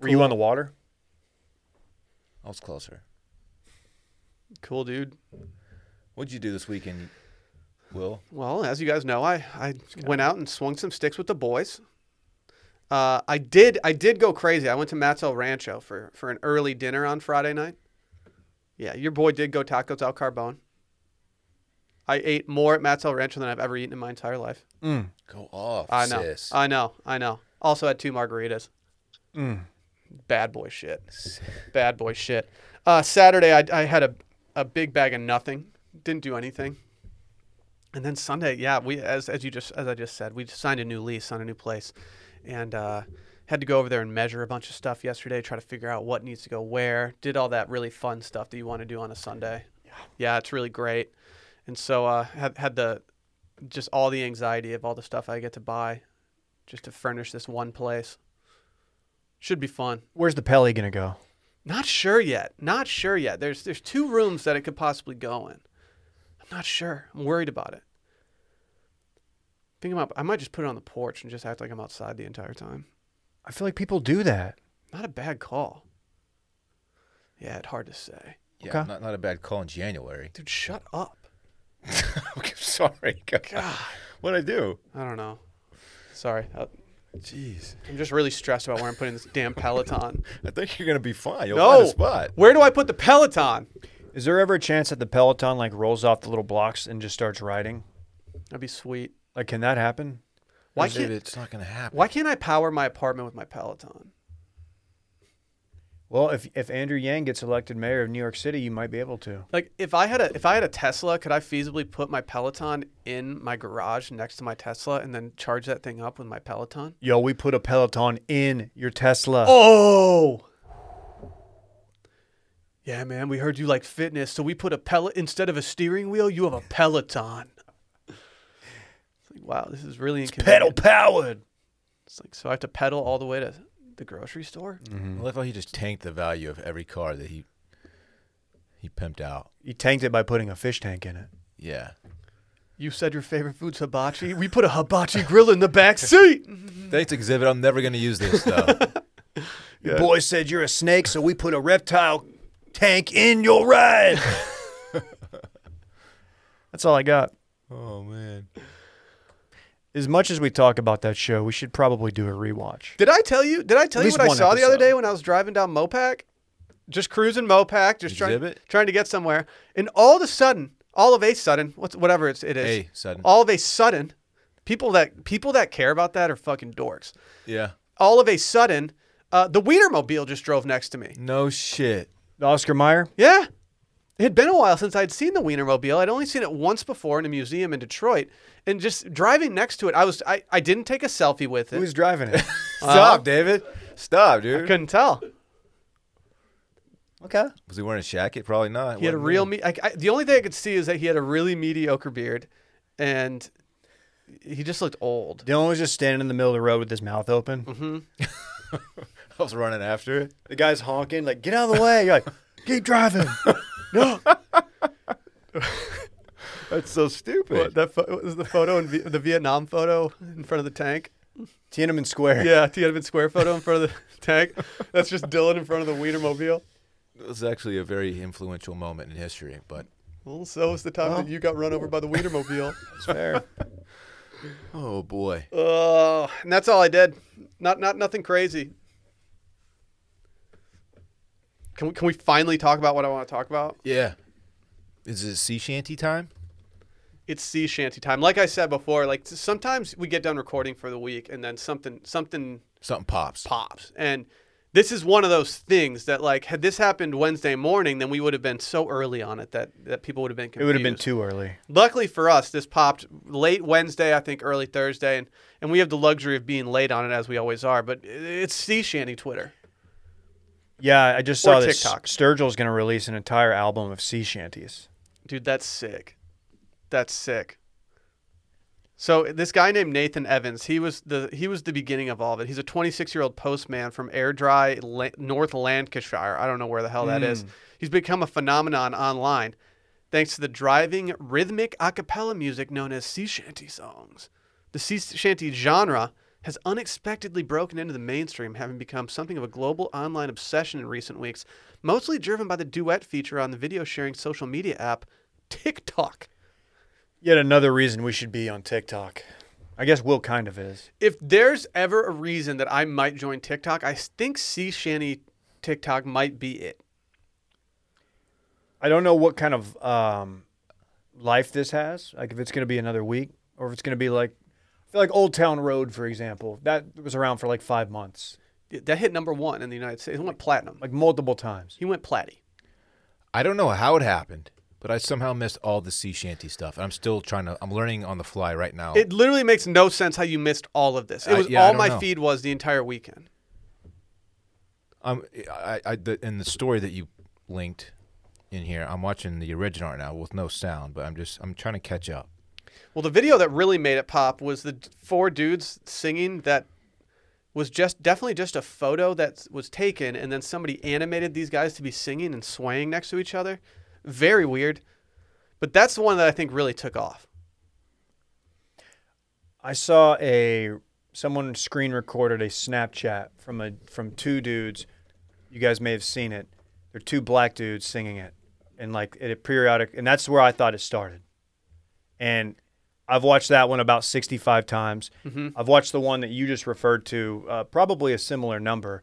S2: Were you on the water?
S3: I was closer.
S1: Cool, dude.
S3: What'd you do this weekend, Will?
S1: Well, as you guys know, I, I went out and swung some sticks with the boys. Uh, I did I did go crazy. I went to Matt's El Rancho for, for an early dinner on Friday night. Yeah, your boy did go tacos al carbone. I ate more at Matt's El Rancho than I've ever eaten in my entire life.
S2: Mm,
S3: Go off,
S1: I know. Uh,
S3: sis.
S1: I know. I know. Also had two margaritas.
S2: Mm.
S1: Bad boy shit. Bad boy shit. Uh, Saturday, I, I had a, a big bag of nothing. Didn't do anything. And then Sunday, yeah, we as as you just as I just said, we signed a new lease on a new place, and uh, had to go over there and measure a bunch of stuff yesterday, try to figure out what needs to go where. Did all that really fun stuff that you want to do on a Sunday. Yeah, it's really great. And so uh, had had the just all the anxiety of all the stuff I get to buy, just to furnish this one place. Should be fun.
S2: Where's the Pelly gonna go?
S1: Not sure yet. Not sure yet. There's there's two rooms that it could possibly go in. I'm not sure. I'm worried about it. Think about I might just put it on the porch and just act like I'm outside the entire time.
S2: I feel like people do that.
S1: Not a bad call. Yeah, it's hard to say.
S3: Yeah,
S2: Okay.
S3: not, not a bad call in January. (laughs)
S1: Dude, shut up.
S3: okay, sorry. God. What'd I do?
S1: I don't know. Sorry. I-
S3: Jeez.
S1: I'm just really stressed about where I'm putting this damn Peloton.
S3: I think you're going to be fine. You'll find
S1: No.
S3: a spot.
S1: Where do I put the Peloton?
S2: Is there ever a chance that the Peloton like rolls off the little blocks and just starts riding?
S1: That'd be sweet.
S2: Like, can that happen?
S1: Why
S3: Dude,
S1: can't
S3: it's not going to happen.
S1: why can't I power my apartment with my Peloton?
S2: Well, if if Andrew Yang gets elected mayor of New York City, you might be able to.
S1: Like if I had a if I had a Tesla, could I feasibly put my Peloton in my garage next to my Tesla and then charge that thing up with my Peloton?
S2: Yo, we put a Peloton in your Tesla.
S1: Oh. Yeah, man, we heard you like fitness, so we put a pellet instead of a steering wheel, you have a Peloton. It's like, wow, this is really inconvenient.
S2: Pedal powered.
S1: It's like so I have to pedal all the way to the grocery store?
S3: I love how he just tanked the value of every car that he he pimped out.
S2: He tanked it by putting a fish tank in it.
S3: Yeah.
S1: You said your favorite food's hibachi. We put a hibachi grill in the back seat.
S3: Mm. Thanks, Exhibit. I'm never going to use this, though.
S1: (laughs)
S2: Your boy said you're a snake, so we put a reptile tank in your (laughs) ride. That's all I got.
S3: oh, man.
S2: As much as we talk about that show, we should probably do a rewatch.
S1: Did I tell you? Did I tell
S2: At
S1: you
S2: least
S1: what I
S2: one
S1: saw the other
S2: episode.
S1: day when I was driving down Mopac? Just cruising Mopac, just trying
S3: Exhibit?
S1: trying to get somewhere, and all of a sudden, all of a sudden, what's whatever it's, it is,
S3: Hey, sudden.
S1: all of a sudden, people that people that care about that are fucking dorks.
S3: Yeah.
S1: All of a sudden, uh, the Wienermobile just drove next to me.
S3: No shit.
S2: Oscar Meyer?
S1: Yeah. It had been a while since I'd seen the Wienermobile. I'd only seen it once before in a museum in Detroit. And just driving next to it, I was I, I didn't take a selfie with it.
S2: Who's driving it?
S1: Uh-huh.
S3: Stop, David. Stop, dude.
S1: Couldn't tell.
S2: (laughs) okay.
S3: Was he wearing a jacket? Probably not.
S1: He had a
S3: Wasn't
S1: real me. I, I- the only thing I could see is that he had a really mediocre beard, and he just looked old.
S2: Dylan was just standing in the middle of the road with his mouth open.
S1: Mm-hmm.
S3: (laughs) I was running after it.
S2: The guy's honking, like, get out of the way. You're like, (laughs) keep driving. (laughs) no.
S3: That's so stupid.
S1: that pho- was the photo in v- the Vietnam photo in front of the tank.
S2: Tiananmen Square.
S1: Yeah, Tiananmen Square photo in front of the (laughs) tank. That's just Dylan in front of the Wienermobile.
S3: It was actually a very influential moment in history, but
S1: Well, so was the time that you got run over by the Wienermobile.
S2: It's fair.
S3: oh boy.
S1: (laughs) Oh, and that's all I did. Not not nothing crazy. Can we, can we finally talk about what I want to talk about?
S3: Yeah. Is it sea shanty time?
S1: it's sea shanty time. Like I said before, like sometimes we get done recording for the week and then something something
S3: Something pops.
S1: pops. And this is one of those things that like had this happened Wednesday morning, then we would have been so early on it that that people would have been confused.
S2: It would have been too early.
S1: Luckily for us, this popped late Wednesday, I think early Thursday, and and we have the luxury of being late on it as we always are, but i- it's sea shanty Twitter.
S2: Yeah, I just saw
S1: Or
S2: that S-
S1: TikTok.
S2: Sturgill's going to release an entire album of sea shanties.
S1: Dude, that's sick. That's sick. So this guy named Nathan Evans, he was the he was the beginning of all of it. He's a 26-year-old postman from Airdrie, La- North Lancashire. I don't know where the hell that is. He's become a phenomenon online thanks to the driving rhythmic a cappella music known as sea shanty songs. The sea shanty genre has unexpectedly broken into the mainstream, having become something of a global online obsession in recent weeks, mostly driven by the duet feature on the video sharing social media app TikTok.
S2: Yet another reason we should be on TikTok. I guess Will kind of is.
S1: If there's ever a reason that I might join TikTok, I think sea shanty TikTok might be it.
S2: I don't know what kind of um, life this has. Like if it's going to be another week, or if it's going to be like, I feel like Old Town Road, for example, that was around for like five months,
S1: That hit number one in the United States. It went platinum.
S2: like multiple times.
S1: He went platty.
S3: I don't know how it happened, but I somehow missed all the sea shanty stuff. I'm still trying to. I'm learning on the fly right now.
S1: It literally makes no sense how you missed all of this. It
S3: Oh. I-
S1: was
S3: yeah, I
S1: all
S3: don't
S1: my
S3: know.
S1: feed was the entire weekend.
S3: I'm, I, I, the, in the story that you linked in here, I'm watching the original right now with no sound, but I'm just I'm trying to catch up.
S1: Well, the video that really made it pop was the d- four dudes singing that was just definitely just a photo that was taken and then somebody animated these guys to be singing and swaying next to each other. Very weird. But that's the one that I think really took off.
S2: I saw a someone screen recorded a Snapchat from a from two dudes. You guys may have seen it. They're two black dudes singing it, and like at a periodic, and that's where I thought it started. And I've watched that one about sixty-five times. I've watched the one that you just referred to, uh, probably a similar number.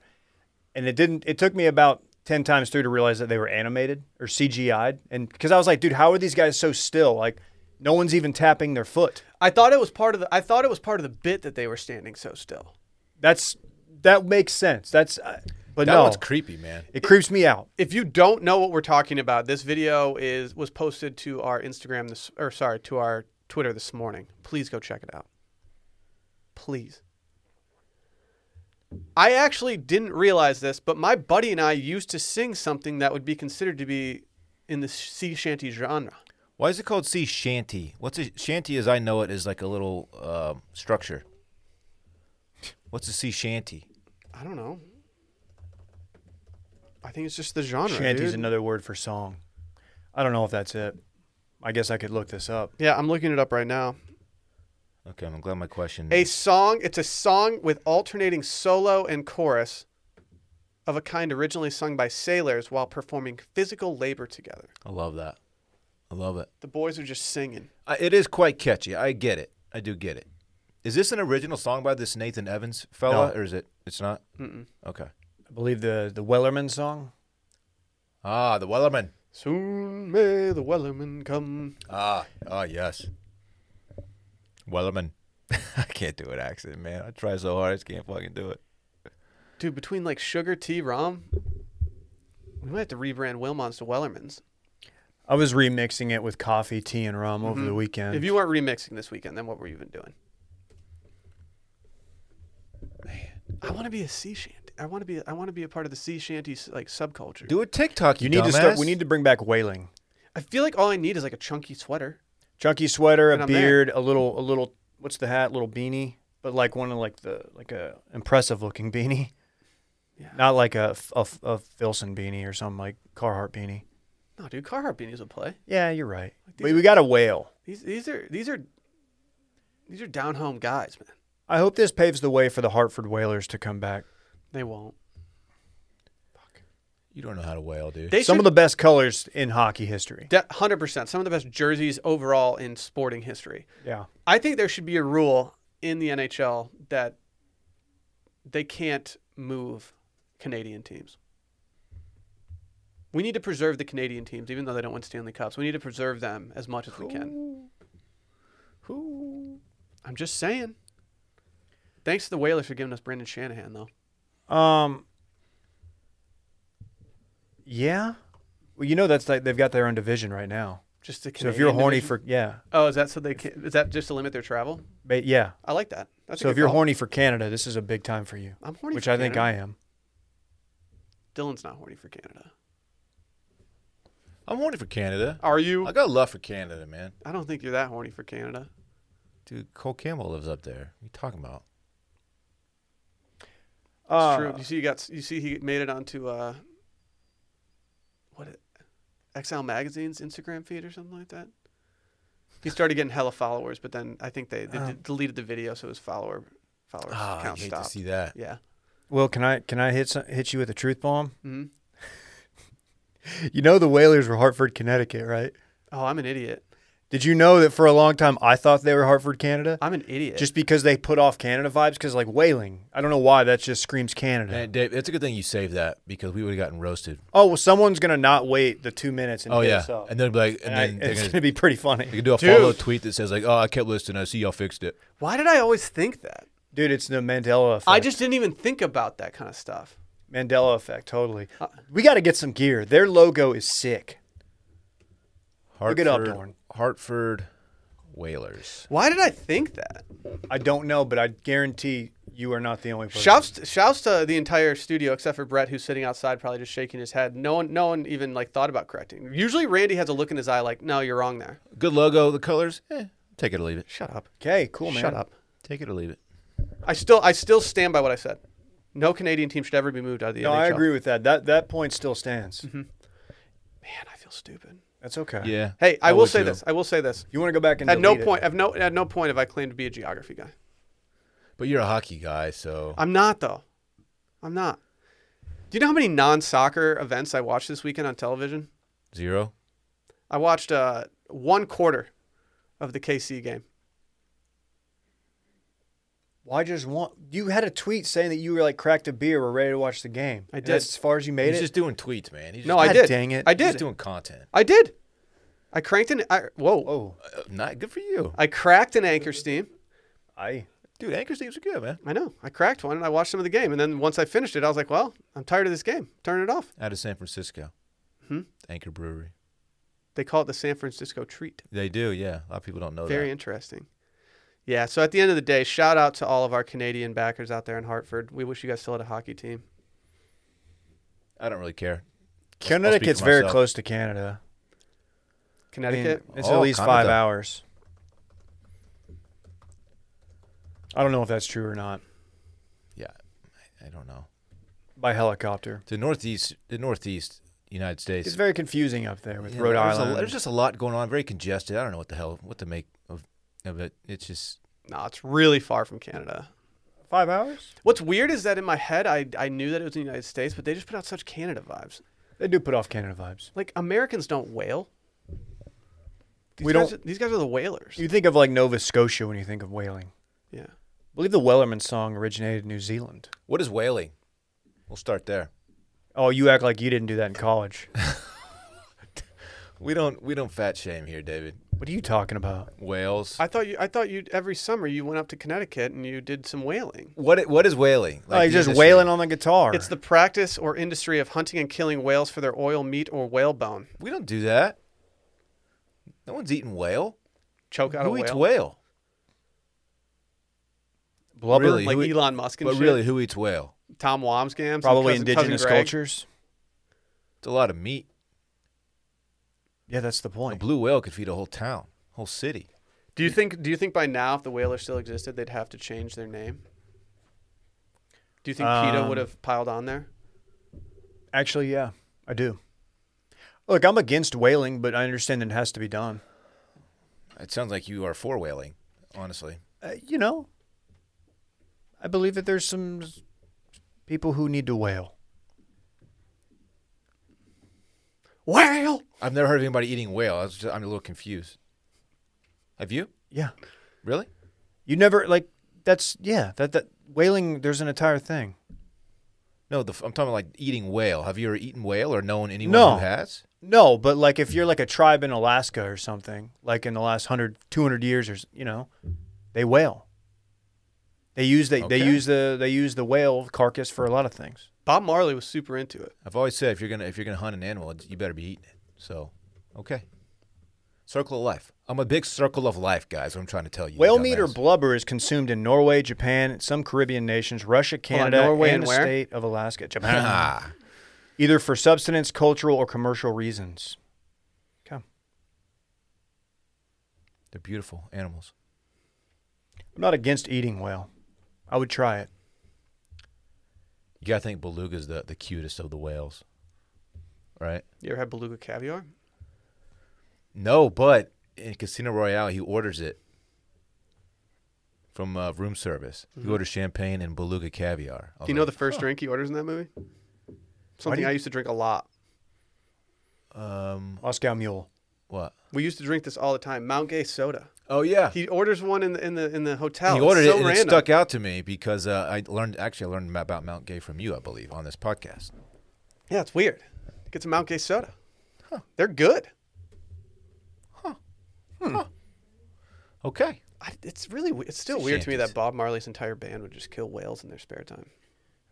S2: And it didn't. It took me about ten times through to realize that they were animated or CGI'd, and because I was like, dude, how are these guys so still? Like, no one's even tapping their foot.
S1: I thought it was part of the I thought it was part of the bit that they were standing so still.
S2: That's that makes sense. That's uh, but
S3: That
S2: no,
S3: one's creepy, man.
S2: it creeps me out.
S1: If you don't know what we're talking about, this video is was posted to our Instagram this or sorry, to our Twitter this morning. Please go check it out. Please. I actually didn't realize this, but my buddy and I used to sing something that would be considered to be in the sea shanty genre.
S3: Why is it called sea shanty? What's a shanty as I know it is like a little um structure. What's a sea shanty?
S1: I don't know. I think it's just the genre.
S2: Shanty's
S1: dude.
S2: another word for song. I don't know if that's it. I guess I could look this up.
S1: yeah, I'm looking it up right now.
S3: Okay, I'm glad my question.
S1: a song it's a song with alternating solo and chorus of a kind originally sung by sailors while performing physical labor together
S3: I love that. I love it.
S1: the boys are just singing
S3: I, it is quite catchy. I get it. I do get it. Is this an original song by this Nathan Evans fella,
S2: No.
S3: or is it? It's not. Mm-mm. Okay.
S2: I believe the the Wellerman song.
S3: Ah, the Wellerman.
S1: soon may the wellerman come
S3: Ah, ah, yes. Wellerman. (laughs) I can't do an accent, man. I try so hard, I just can't fucking do it.
S1: dude between like sugar tea rom we might have to rebrand wilmons to wellermans
S2: I was remixing it with coffee, tea, and rum over the weekend.
S1: Mm-hmm. if you weren't remixing this weekend then what were you even doing man i want to be a sea shanty i want to be i want to be a part of the sea shanty like subculture
S3: Do a TikTok. You,
S2: You need to start.
S3: dumbass.
S2: We need to bring back whaling.
S1: i feel like all i need is like a chunky sweater
S2: Chunky sweater,
S1: And
S2: a
S1: I'm there.
S2: beard, a little, a little. What's the hat? Little beanie, but like one of like the like a impressive looking beanie,
S1: Yeah.
S2: not like a f- a, f- a Filson beanie or something like Carhartt beanie.
S1: No, dude, Carhartt beanies would play.
S2: Yeah, you're right.
S1: these
S2: We, we got a whale.
S1: These these are these are these are down home guys, man.
S2: I hope this paves the way for the Hartford Whalers to come back.
S1: They won't.
S3: You don't know how to wail, dude.
S1: They
S2: Some of
S1: should,
S2: the best colors in hockey history.
S1: the hundred percent some of the best jerseys overall in sporting history.
S2: Yeah.
S1: I think there should be a rule in the NHL that they can't move Canadian teams. We need to preserve the Canadian teams, even though they don't win Stanley Cups. We need to preserve them as much as we can. I'm just saying. Thanks to the Whalers for giving us Brandon Shanahan, though.
S2: Um. Yeah. Well, you know that's like they've got their own division right now.
S1: Just to
S2: So if you're horny for yeah,
S1: oh, is that so they can? Is that just to limit their travel?
S2: ba- yeah.
S1: I like that. That's a
S2: So
S1: good
S2: if you're
S1: call.
S2: horny for Canada, this is a big time for you,
S1: I'm horny,
S2: which
S1: for
S2: I think
S1: Canada.
S2: I am.
S1: Dylan's not horny for Canada.
S3: I'm horny for Canada.
S1: Are you?
S3: I got love for Canada, man.
S1: I don't think you're that horny for Canada.
S3: Dude, Cole Campbell lives up there. What are you talking about?
S1: It's
S2: Uh,
S1: true. You see, you got. You see, he made it onto uh, what, it- XL Magazine's Instagram feed or something like that. He started getting hella followers, but then I think they, they
S2: Oh.
S1: de- deleted the video, so his follower followers
S3: Ah, I
S1: count
S3: hate
S1: stopped.
S3: to see that.
S1: Yeah.
S2: Will, can I can I hit some, hit you with a truth bomb? (laughs)
S1: Mhm.
S2: You know the Whalers were Hartford, Connecticut, right?
S1: Oh, I'm an idiot.
S2: Did you know that for a long time I thought they were Hartford, Canada?
S1: I'm an idiot.
S2: just because they put off Canada vibes, because like whaling, I don't know why that just screams Canada.
S3: Man, Dave, it's a good thing you saved that because we would have gotten roasted.
S2: oh well, someone's gonna not wait the two minutes and
S3: Oh
S2: hit
S3: yeah,
S2: us up.
S3: and then be like, and,
S2: And I-
S3: then they're
S2: it's
S3: gonna,
S2: gonna be pretty
S3: they
S2: funny,
S3: can do a
S1: Dude.
S3: follow tweet that says like, "Oh, I kept listening. I see y'all fixed it."
S1: Why did I always think that?
S2: dude. It's the Mandela effect.
S1: I just didn't even think about that kind of stuff.
S2: Mandela effect, totally.
S3: Uh,
S2: we got to get some gear. Their logo is sick. Look it up, Dorn.
S3: Hartford Whalers.
S1: Why did I think that?
S2: I don't know, but I guarantee you are not the only person.
S1: Shouts, shouts to the entire studio except for Brett, who's sitting outside, probably just shaking his head. No one, no one even like thought about correcting. Usually, Randy has a look in his eye, like, "No, you're wrong there."
S3: Good logo. The colors. Eh, take it or leave it.
S1: Shut up.
S2: Okay, cool, man.
S1: Shut up.
S3: Take it or leave it.
S1: I still, I still stand by what I said. No Canadian team should ever be moved out of the
S2: No,
S1: NHL.
S2: I agree with that. That that point still stands.
S1: Man, I feel stupid.
S2: That's okay.
S3: Mm-hmm. Yeah.
S1: Hey, I, will
S3: would
S1: say
S3: too.
S1: this. I will say this.
S2: You want to go back and
S1: At no
S2: delete it.
S1: point, at no, at no point have I claimed to be a geography guy.
S3: But you're a hockey guy, so
S1: I'm not though. I'm not. Do you know how many non-soccer events I watched this weekend on television?
S3: zero.
S1: I watched uh, one quarter of the KC game.
S2: Why just want? You had a tweet saying that you were like cracked a beer, we're ready to watch the game.
S1: I
S2: And
S1: did.
S2: That's as far as you made
S3: He's
S2: it.
S3: just doing tweets, man. He's
S1: No,
S3: just,
S1: I
S2: God
S1: did.
S2: dang it.
S1: I
S3: he's just
S1: did.
S3: doing content.
S1: I did. I cranked an. I, whoa.
S2: oh,
S3: Uh, not good for you,
S1: I cracked an anchor steam.
S2: I.
S3: dude. Anchor teams are good, man.
S1: I know. I cracked one and I watched some of the game. And then once I finished it, I was like, well, I'm tired of this game. Turn it off.
S3: Out of San Francisco,
S1: Hmm?
S3: Anchor Brewery.
S1: They call it the San Francisco treat.
S3: They do, yeah. A lot of people don't know
S1: Very
S3: that.
S1: interesting. Yeah. So at the end of the day, shout out to all of our Canadian backers out there in Hartford. We wish you guys still had a hockey team.
S3: I don't really care.
S2: Connecticut's very
S3: myself.
S2: close to Canada. I mean,
S1: Connecticut.
S2: it's
S3: Oh,
S2: at least
S3: Canada.
S2: five hours. I don't know if that's true or not.
S3: Yeah, I, I don't know.
S2: By helicopter,
S3: The northeast, the northeast United States.
S2: it's very confusing up there with
S3: Yeah,
S2: Rhode
S3: there's a-
S2: Island.
S3: there's just a lot going on. Very congested. I don't know what the hell, what to make of, of it. It's just
S1: no, it's really far from Canada.
S2: five hours.
S1: What's weird is that in my head, I, I knew that it was the United States, but they just put out such Canada vibes.
S2: They do put off Canada vibes.
S1: Like Americans don't whale. These
S2: We
S1: guys
S2: don't-
S1: Are, these guys are the whalers.
S2: You think of like Nova Scotia when you think of whaling.
S1: yeah.
S2: I believe the Wellerman song originated in New Zealand.
S3: what is whaling? We'll start there.
S2: Oh, you act like you didn't do that in
S3: (laughs)
S2: college.
S3: We don't we don't fat shame here, David.
S2: what are you talking about?
S3: Whales.
S1: I thought you. I thought you. Every summer you went up to Connecticut and you did some whaling.
S3: what what is whaling?
S2: Like,
S3: the
S2: Oh, just
S3: industry?
S2: wailing on the guitar.
S1: It's the practice or industry of hunting and killing whales for their oil, meat, or whalebone.
S3: We don't do that. No one's eating whale.
S1: Choke out
S3: Who
S1: a
S3: eats
S1: whale.
S3: whale?
S2: blubber.
S3: really?
S1: Like
S3: Who eat-
S1: Elon Musk and
S3: But
S1: shit.
S3: really, who eats whale?
S1: Tom Wamsgams. and
S2: Probably
S1: cousin,
S2: indigenous
S1: cousin Greg.
S2: cultures.
S3: It's a lot of meat.
S2: Yeah, that's the
S3: A
S2: point.
S3: blue whale could feed a whole town, whole city.
S1: Do you think? Do you think by now, if the whalers still existed, they'd have to change their name? Do you think PETA
S2: Um,
S1: would have piled on there?
S2: Actually, yeah, I do. Look, I'm against whaling, but I understand it has to be done.
S3: It sounds like you are for whaling, honestly.
S2: Uh, you know, I believe that there's some s- people who need to whale.
S1: Whale.
S3: I've never heard of anybody eating whale. I was just, I'm a little confused. Have you?
S2: Yeah.
S3: Really?
S2: You never like that's yeah, that that whaling there's an entire thing.
S3: No, the, I'm talking like eating whale. Have you ever eaten whale or known anyone
S2: No.
S3: who has?
S2: No, but like if you're like a tribe in Alaska or something, like in the last 100 200 years or s- you know, they whale. They use the, they
S3: Okay.
S2: use the they use the whale carcass for a lot of things.
S1: Bob Marley was super into it.
S3: I've always said if you're gonna if you're gonna hunt an animal, you better be eating it. So, okay. Circle of life. I'm a big circle of life, guys. What I'm trying to tell you.
S2: Whale meat or
S3: dumbass.
S2: blubber is consumed in Norway, Japan, some Caribbean nations, Russia, Canada,
S1: Norway
S2: and,
S1: and
S2: the
S1: where?
S2: state of Alaska,
S1: (laughs)
S2: Japan, (laughs) either for subsistence, cultural, or commercial reasons. Okay.
S3: (laughs) They're beautiful animals.
S2: I'm not against eating whale. I would try it.
S3: You gotta think beluga's the the cutest of the whales, right?
S1: You ever had beluga caviar?
S3: No, but in Casino Royale, he orders it from uh, room service. He orders champagne and beluga caviar.
S1: Mm-hmm. Do you know the first drink he orders in that movie? Something
S2: you-
S1: I used to drink a lot.
S3: the? Um,
S2: Moscow Mule.
S3: What?
S1: We used to drink this all the time, Mount Gay soda.
S3: Oh yeah. He,
S1: He orders one in the in the in the hotel. It's
S3: ordered
S1: so
S3: it and
S1: random.
S3: it stuck out to me because uh, I learned actually I learned about Mount Gay from you, I believe, on this podcast.
S1: Yeah, it's weird. Get some Mount Gay soda. They're good.
S3: Okay.
S1: I, it's really we- it's still
S3: It's a
S1: weird to me
S3: shanties.
S1: that Bob Marley's entire band would just kill whales in their spare time.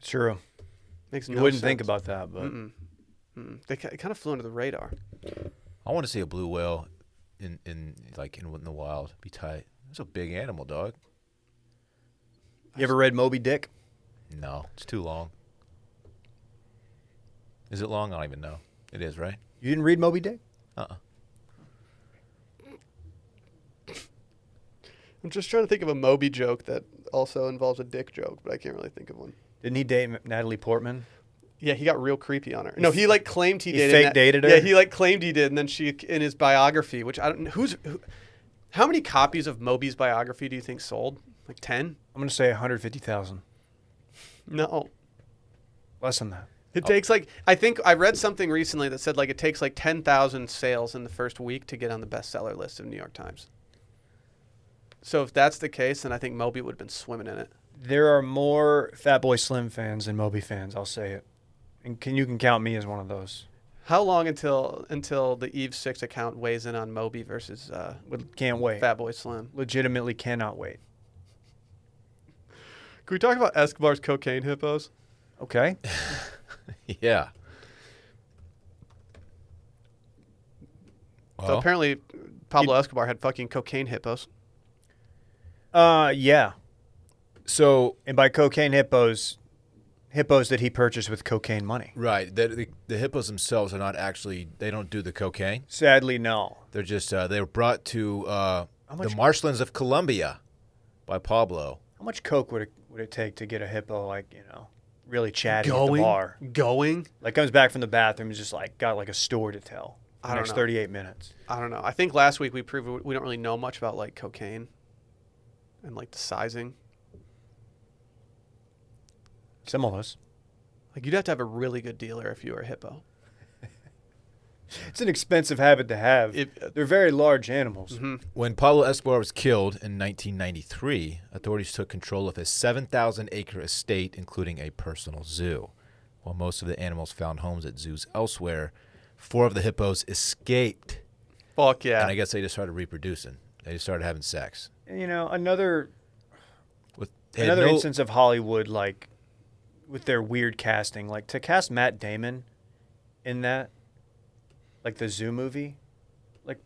S2: True.
S1: Makes
S2: You
S1: no
S2: wouldn't think
S1: sense.
S2: about that, but
S1: Mm, They ki- it kind of flew under the radar.
S3: I want to see a blue whale in in like in, in the wild. Be tight. It's a big animal, dog.
S2: you ever read Moby Dick?
S3: No, it's too long. Is it long? I don't even know. It is, right?
S2: You didn't read Moby Dick?
S3: Uh-uh.
S1: I'm just trying to think of a Moby joke that also involves a dick joke, but I can't really think of one.
S2: Didn't he date M- Natalie Portman?
S1: Yeah, he got real creepy on her. No, he like claimed he,
S2: he
S1: did.
S2: fake
S1: and that-
S2: dated her?
S1: Yeah, he like claimed he did, and then she in his biography, which I don't who's. Who, how many copies of Moby's biography do you think sold? Like ten?
S2: I'm gonna say 150,000.
S1: No.
S2: Less than that.
S1: It takes like I think I read something recently that said like it takes like ten thousand sales in the first week to get on the bestseller list of New York Times. So if that's the case, then I think Moby would have been swimming in it.
S2: There are more Fat Boy Slim fans than Moby fans. I'll say it. And can you can count me as one of those?
S1: How long until until the Eve Six account weighs in on Moby versus uh,
S2: Would- Can't wait.
S1: Fat Boy Slim?
S2: Legitimately cannot wait.
S1: Can we talk about Escobar's cocaine hippos?
S2: Okay.
S3: (laughs) Yeah.
S1: So
S3: Well,
S1: apparently, Pablo Escobar had fucking cocaine hippos.
S2: Uh, yeah.
S3: so
S2: And by cocaine hippos, hippos that he purchased with cocaine money.
S3: right, the, the the hippos themselves are not actually they don't do the cocaine.
S2: Sadly, no.
S3: They're just uh, they were brought to uh,
S2: How
S3: the
S2: much-
S3: marshlands of Colombia by Pablo.
S2: How much coke would it would it take to get a hippo like you know really chatty at the bar?
S1: going.
S2: Like comes back from the bathroom, is just like got like a story to tell.
S1: I
S2: the
S1: don't
S2: next
S1: know.
S2: 38 minutes.
S1: I don't know. I think last week we proved we- we don't really know much about like cocaine and like the sizing.
S2: Some of us.
S1: Like you'd have to have a really good dealer if you were a hippo.
S2: It's an expensive habit to have.
S1: It- uh, Mm-hmm.
S2: They're very large animals.
S3: When Pablo Escobar was killed in 1993, authorities took control of his 7,000 acre estate, including a personal zoo. While most of the animals found homes at zoos elsewhere, four of the hippos escaped.
S1: Fuck yeah.
S3: And I guess they just started reproducing. They just started having sex.
S2: And, you know, another
S3: With they had
S2: another
S3: no-
S2: instance of Hollywood like with their weird casting, like to cast Matt Damon in that, like the Zoo movie, like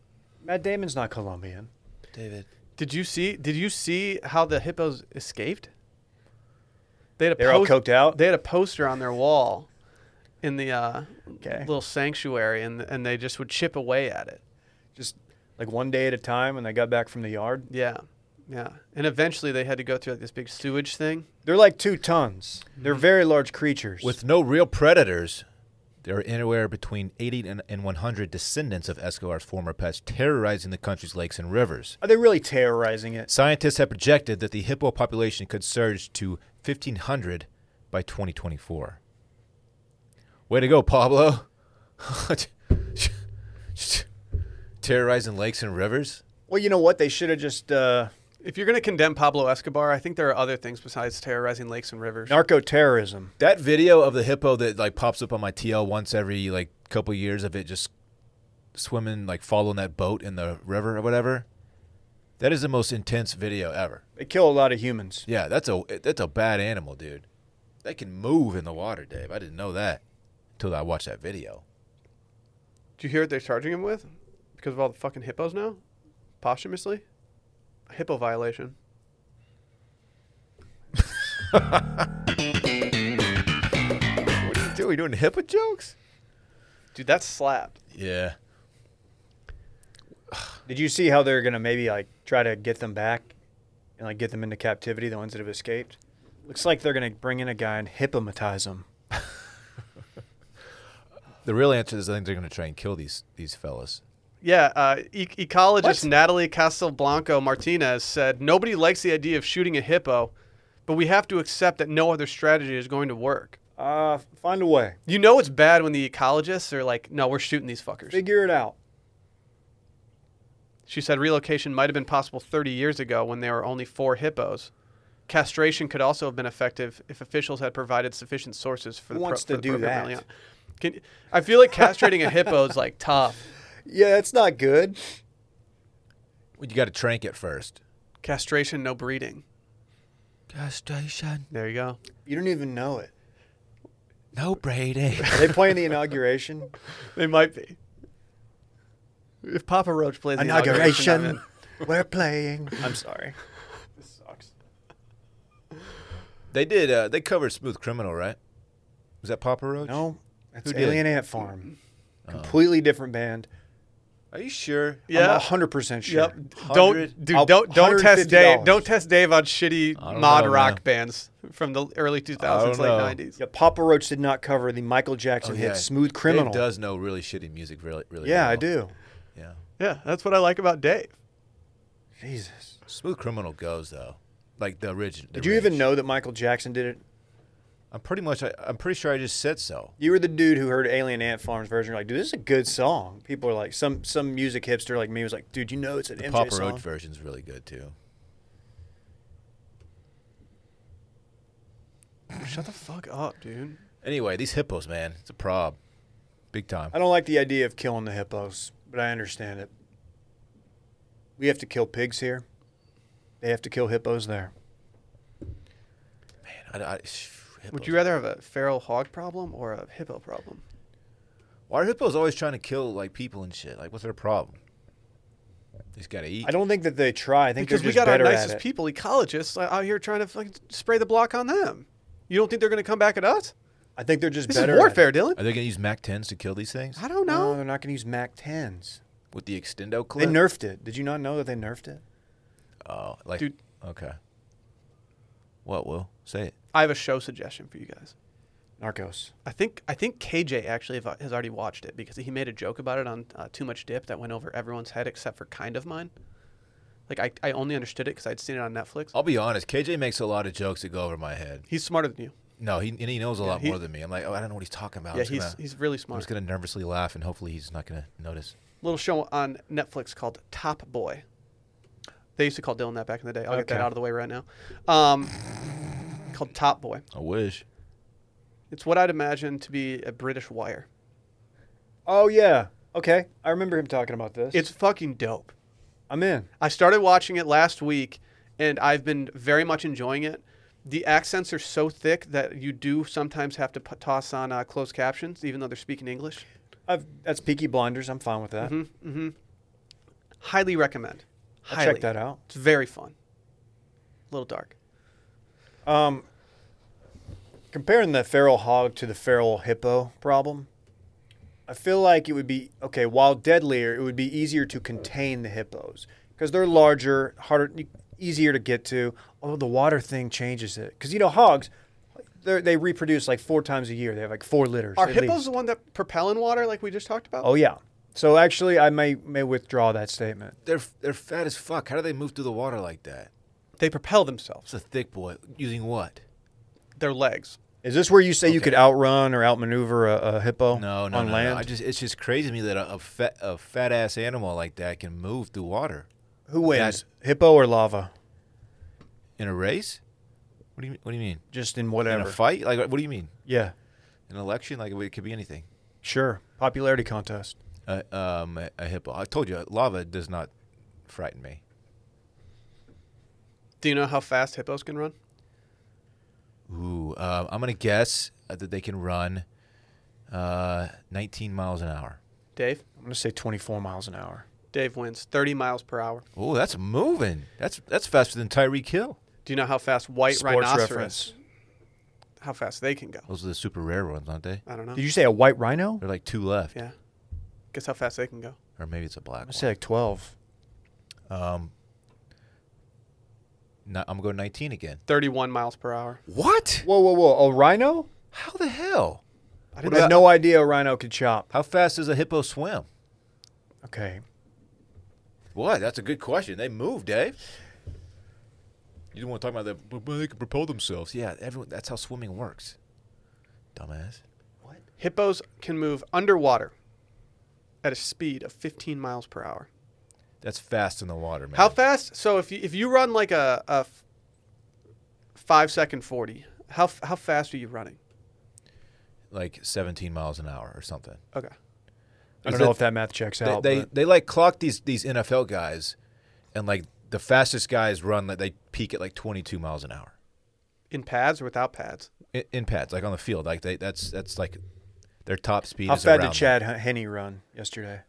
S2: Matt Damon's not Colombian.
S3: David.
S1: did you see? Did you see how the hippos escaped? They had a
S2: They're all
S1: post-
S2: coked out?
S1: They had a poster on their wall in the uh,
S2: Okay.
S1: little sanctuary, and and they just would chip away at it.
S2: Just like one day at a time when they got back from the yard,
S1: Yeah, yeah. And eventually they had to go through like this big sewage thing.
S2: they're like two tons.
S1: Mm-hmm.
S2: They're very large creatures.
S3: With no real predators, there are anywhere between 80 and, and 100 descendants of Escobar's former pets terrorizing the country's lakes and rivers.
S2: are they really terrorizing it?
S3: Scientists have projected that the hippo population could surge to 1,500 by 2024. Way to go, Pablo. (laughs) Terrorizing lakes and rivers?
S2: Well, you know what? They should have just uh,
S1: If you're gonna condemn Pablo Escobar, I think there are other things besides terrorizing lakes and rivers.
S2: narco terrorism.
S3: That video of the hippo that like pops up on my TL once every like couple years of it just swimming like following that boat in the river or whatever. That is the most intense video ever.
S2: They kill a lot of humans.
S3: Yeah, that's a that's a bad animal, dude. They can move in the water, Dave. I didn't know that until I watched that video.
S1: Do you hear what they're charging him with? Because of all the fucking hippos now? Posthumously? A hippo violation.
S3: What are you doing? Doing HIPAA jokes?
S1: Dude, that's slapped.
S3: Yeah.
S2: Did you see how they're gonna maybe like try to get them back and like get them into captivity, the ones that have escaped? Looks like they're gonna bring in a guy and hypnotize them.
S3: The real answer is I think they're going to try and kill these these fellas.
S1: Yeah, uh, e- ecologist
S2: What?
S1: Natalie Castelblanco Martinez said nobody likes the idea of shooting a hippo, but we have to accept that no other strategy is going to work.
S2: Uh, find a way.
S1: You know it's bad when the ecologists are like, no, we're shooting these fuckers.
S2: Figure it out.
S1: She said relocation might have been possible 30 years ago when there were only four hippos. Castration could also have been effective if officials had provided sufficient sources for
S2: Who
S1: the pro-
S2: wants
S1: for
S2: to
S1: the
S2: do
S1: program
S2: that?
S1: early on. Can, I feel like castrating a hippo is like tough.
S2: Yeah, it's not good.
S3: Well, you got to trank it first.
S1: Castration, no breeding.
S3: Castration,
S1: There you go.
S2: You don't even know it.
S3: no (laughs) braiding.
S2: Are they playing (laughs) the inauguration?
S1: They might be. If Papa Roach plays the inauguration, I'm in.
S2: We're playing. I'm sorry.
S3: they did. Uh, they covered Smooth Criminal, right? Was that Papa Roach?
S2: No, that's
S3: Who did?
S2: Alien Ant Farm.
S3: Oh.
S2: Completely different band.
S3: Are you sure?
S1: Yeah.
S2: I'm 100% sure.
S1: Yep. Don't
S3: 100
S1: dude,
S2: I'll-
S1: don't don't test
S2: $150.
S1: Dave. Don't test Dave on shitty
S3: I don't
S1: mod
S3: know,
S1: rock
S3: man.
S1: bands from the early 2000s,
S3: I
S1: late
S3: don't know.
S1: 90s.
S2: Yeah, Papa Roach did not cover the Michael Jackson
S3: Oh,
S2: hit
S3: yeah.
S2: Smooth
S3: Dave
S2: Criminal.
S3: does know really shitty music really really
S2: yeah, I
S3: well.
S2: do.
S3: Yeah.
S1: Yeah, that's what I like about Dave.
S2: Jesus.
S3: Smooth Criminal goes though. Like the original.
S2: Did you even know that Michael Jackson did it?
S3: I'm pretty much I, I'm pretty sure I just said so.
S2: You were the dude who heard Alien Ant Farm's version. You're like, dude, this is a good song. People are like, some some music hipster like me was like, dude, you know it's an
S3: The
S2: MJ
S3: Papa
S2: song.
S3: Roach version's really good too.
S1: Shut the fuck up, dude.
S3: Anyway, these hippos, man, it's a prob. Big time.
S2: I don't like the idea of killing the hippos, but I understand it. We have to kill pigs here. They have to kill hippos there.
S3: Man, I, I-
S1: Would
S3: hippos.
S1: you rather have a feral hog problem or a hippo problem?
S3: Why are hippos always trying to kill like people and shit? Like, what's their problem? They just gotta eat.
S2: I don't think that they try. I think
S1: Because
S2: they're
S1: we
S2: just
S1: got our
S2: better
S1: nicest
S2: at it.
S1: people, ecologists, uh, out here trying to fucking spray the block on them. You don't think they're going to come back at us?
S2: I think they're just
S1: This
S2: better.
S1: is warfare,
S2: At
S1: Dylan.
S3: Are they gonna use Mac 10s to kill these things
S1: I don't
S2: it. No,
S1: know.
S2: they're not going to use Mac 10s.
S3: with the extendo
S2: They
S3: clip?
S2: nerfed it. Did you not know that they nerfed it?
S3: oh, like
S1: Dude.
S3: okay. What will say it?
S1: I have a show suggestion for you guys.
S2: Narcos.
S1: I think I think KJ actually have- has already watched it because he made a joke about it on uh, Too Much Dip that went over everyone's head except for kind of mine. Like I, I only understood it because I'd seen it on Netflix.
S3: I'll be honest. KJ makes a lot of jokes that go over my head.
S1: He's smarter than you.
S3: No, he and he knows a lot
S1: he-
S3: more than me. I'm like, oh, I don't know what he's talking about.
S1: yeah,
S3: I'm just
S1: he's
S3: gonna-
S1: he's really
S3: I'm
S1: smart.
S3: just gonna nervously laugh, and hopefully he's not gonna notice.
S1: Little show on Netflix called Top Boy. They used to call Dylan that back in the day. I'll get that
S2: Okay.
S1: out of the way right now. Um, called Top Boy.
S3: I wish.
S1: It's what I'd imagine to be a British wire.
S2: Oh, yeah. Okay. I remember him talking about this.
S1: It's fucking dope.
S2: I'm in.
S1: I started watching it last week, and I've been very much enjoying it. The accents are so thick that you do sometimes have to p- toss on uh, closed captions, even though they're speaking English.
S2: I've, that's Peaky Blinders. I'm fine with that.
S1: Mm-hmm. Highly recommend.
S2: I'll
S1: Highly.
S2: check that out.
S1: It's very fun. A little dark.
S2: Um, comparing the feral hog to the feral hippo problem, I feel like it would be okay. While deadlier, it would be easier to contain the hippos because they're larger, harder, e, easier to get to. Although the water thing changes it because you know hogs, they're- they reproduce like four times a year. They have like four litters.
S1: Are
S2: at
S1: hippos
S2: least.
S1: the one that propel in water, like we just talked about?
S2: Oh yeah. So actually, I may may withdraw that statement.
S3: They're they're fat as fuck. How do they move through the water like that?
S1: They propel themselves.
S3: It's a thick boy using what?
S1: Their legs.
S2: Is this where you say you
S3: Okay.
S2: could outrun or outmaneuver a, a hippo
S3: No, no,
S2: on
S3: no,
S2: land?
S3: no. I just it's just crazy to me that a, a fat a fat ass animal like that can move through water
S2: Who wins, hippo or lava?
S3: in a race. What do you What do you mean?
S2: Just in
S3: In
S2: whatever.
S3: a fight? Like what do you mean?
S2: Yeah,
S3: An election? Like it could be anything.
S2: sure. Popularity contest.
S3: Uh, um, a, a hippo. I told you, lava does not frighten me.
S1: Do you know how fast hippos can run?
S3: Ooh, um, I'm gonna guess uh, that they can run uh, 19 miles an hour.
S1: Dave?
S2: I'm gonna say 24 miles an hour.
S1: Dave wins 30 miles per hour.
S3: Oh, that's moving. That's that's faster than Tyreek Hill.
S1: Do you know how fast white
S2: Sports
S1: rhinoceros,
S2: reference.
S1: how fast they can go?
S3: Those are the super rare ones, aren't they?
S1: I don't know.
S2: Did you say a white rhino?
S3: There are like two left,
S1: yeah. Guess how fast they can go.
S3: or maybe it's a black
S2: I
S3: one.
S2: say like 12.
S3: Um, ni- I'm going 19 again.
S1: 31 miles per hour.
S3: What?
S2: Whoa, whoa, whoa! A rhino?
S3: How the hell?
S1: I
S2: I
S1: didn't
S2: had no idea a rhino could chop.
S3: How fast does a hippo swim?
S2: Okay.
S3: What? That's a good question. They move, Dave. You don't want to talk about that. But but they can propel themselves. Yeah, everyone. That's how swimming works. Dumbass.
S1: Hippos can move underwater at a speed of 15 miles per hour.
S3: That's fast in the water, man.
S1: How fast? So if you, if you run like a, a f- five second 40, how, f- how fast are you running?
S3: like 17 miles an hour or something.
S1: Okay.
S2: I
S3: Is
S2: don't know
S3: it-
S2: if that math checks
S3: They
S2: out.
S3: they,
S2: but
S3: they like clock these these NFL guys, and like the fastest guys run like they peak at like 22 miles an hour
S1: In pads or without pads?
S3: in, in pads, like on the field. Like they that's that's like their top speed.
S2: how
S3: is
S2: fat
S3: around
S2: did
S3: that.
S2: Chad H- Henney run yesterday?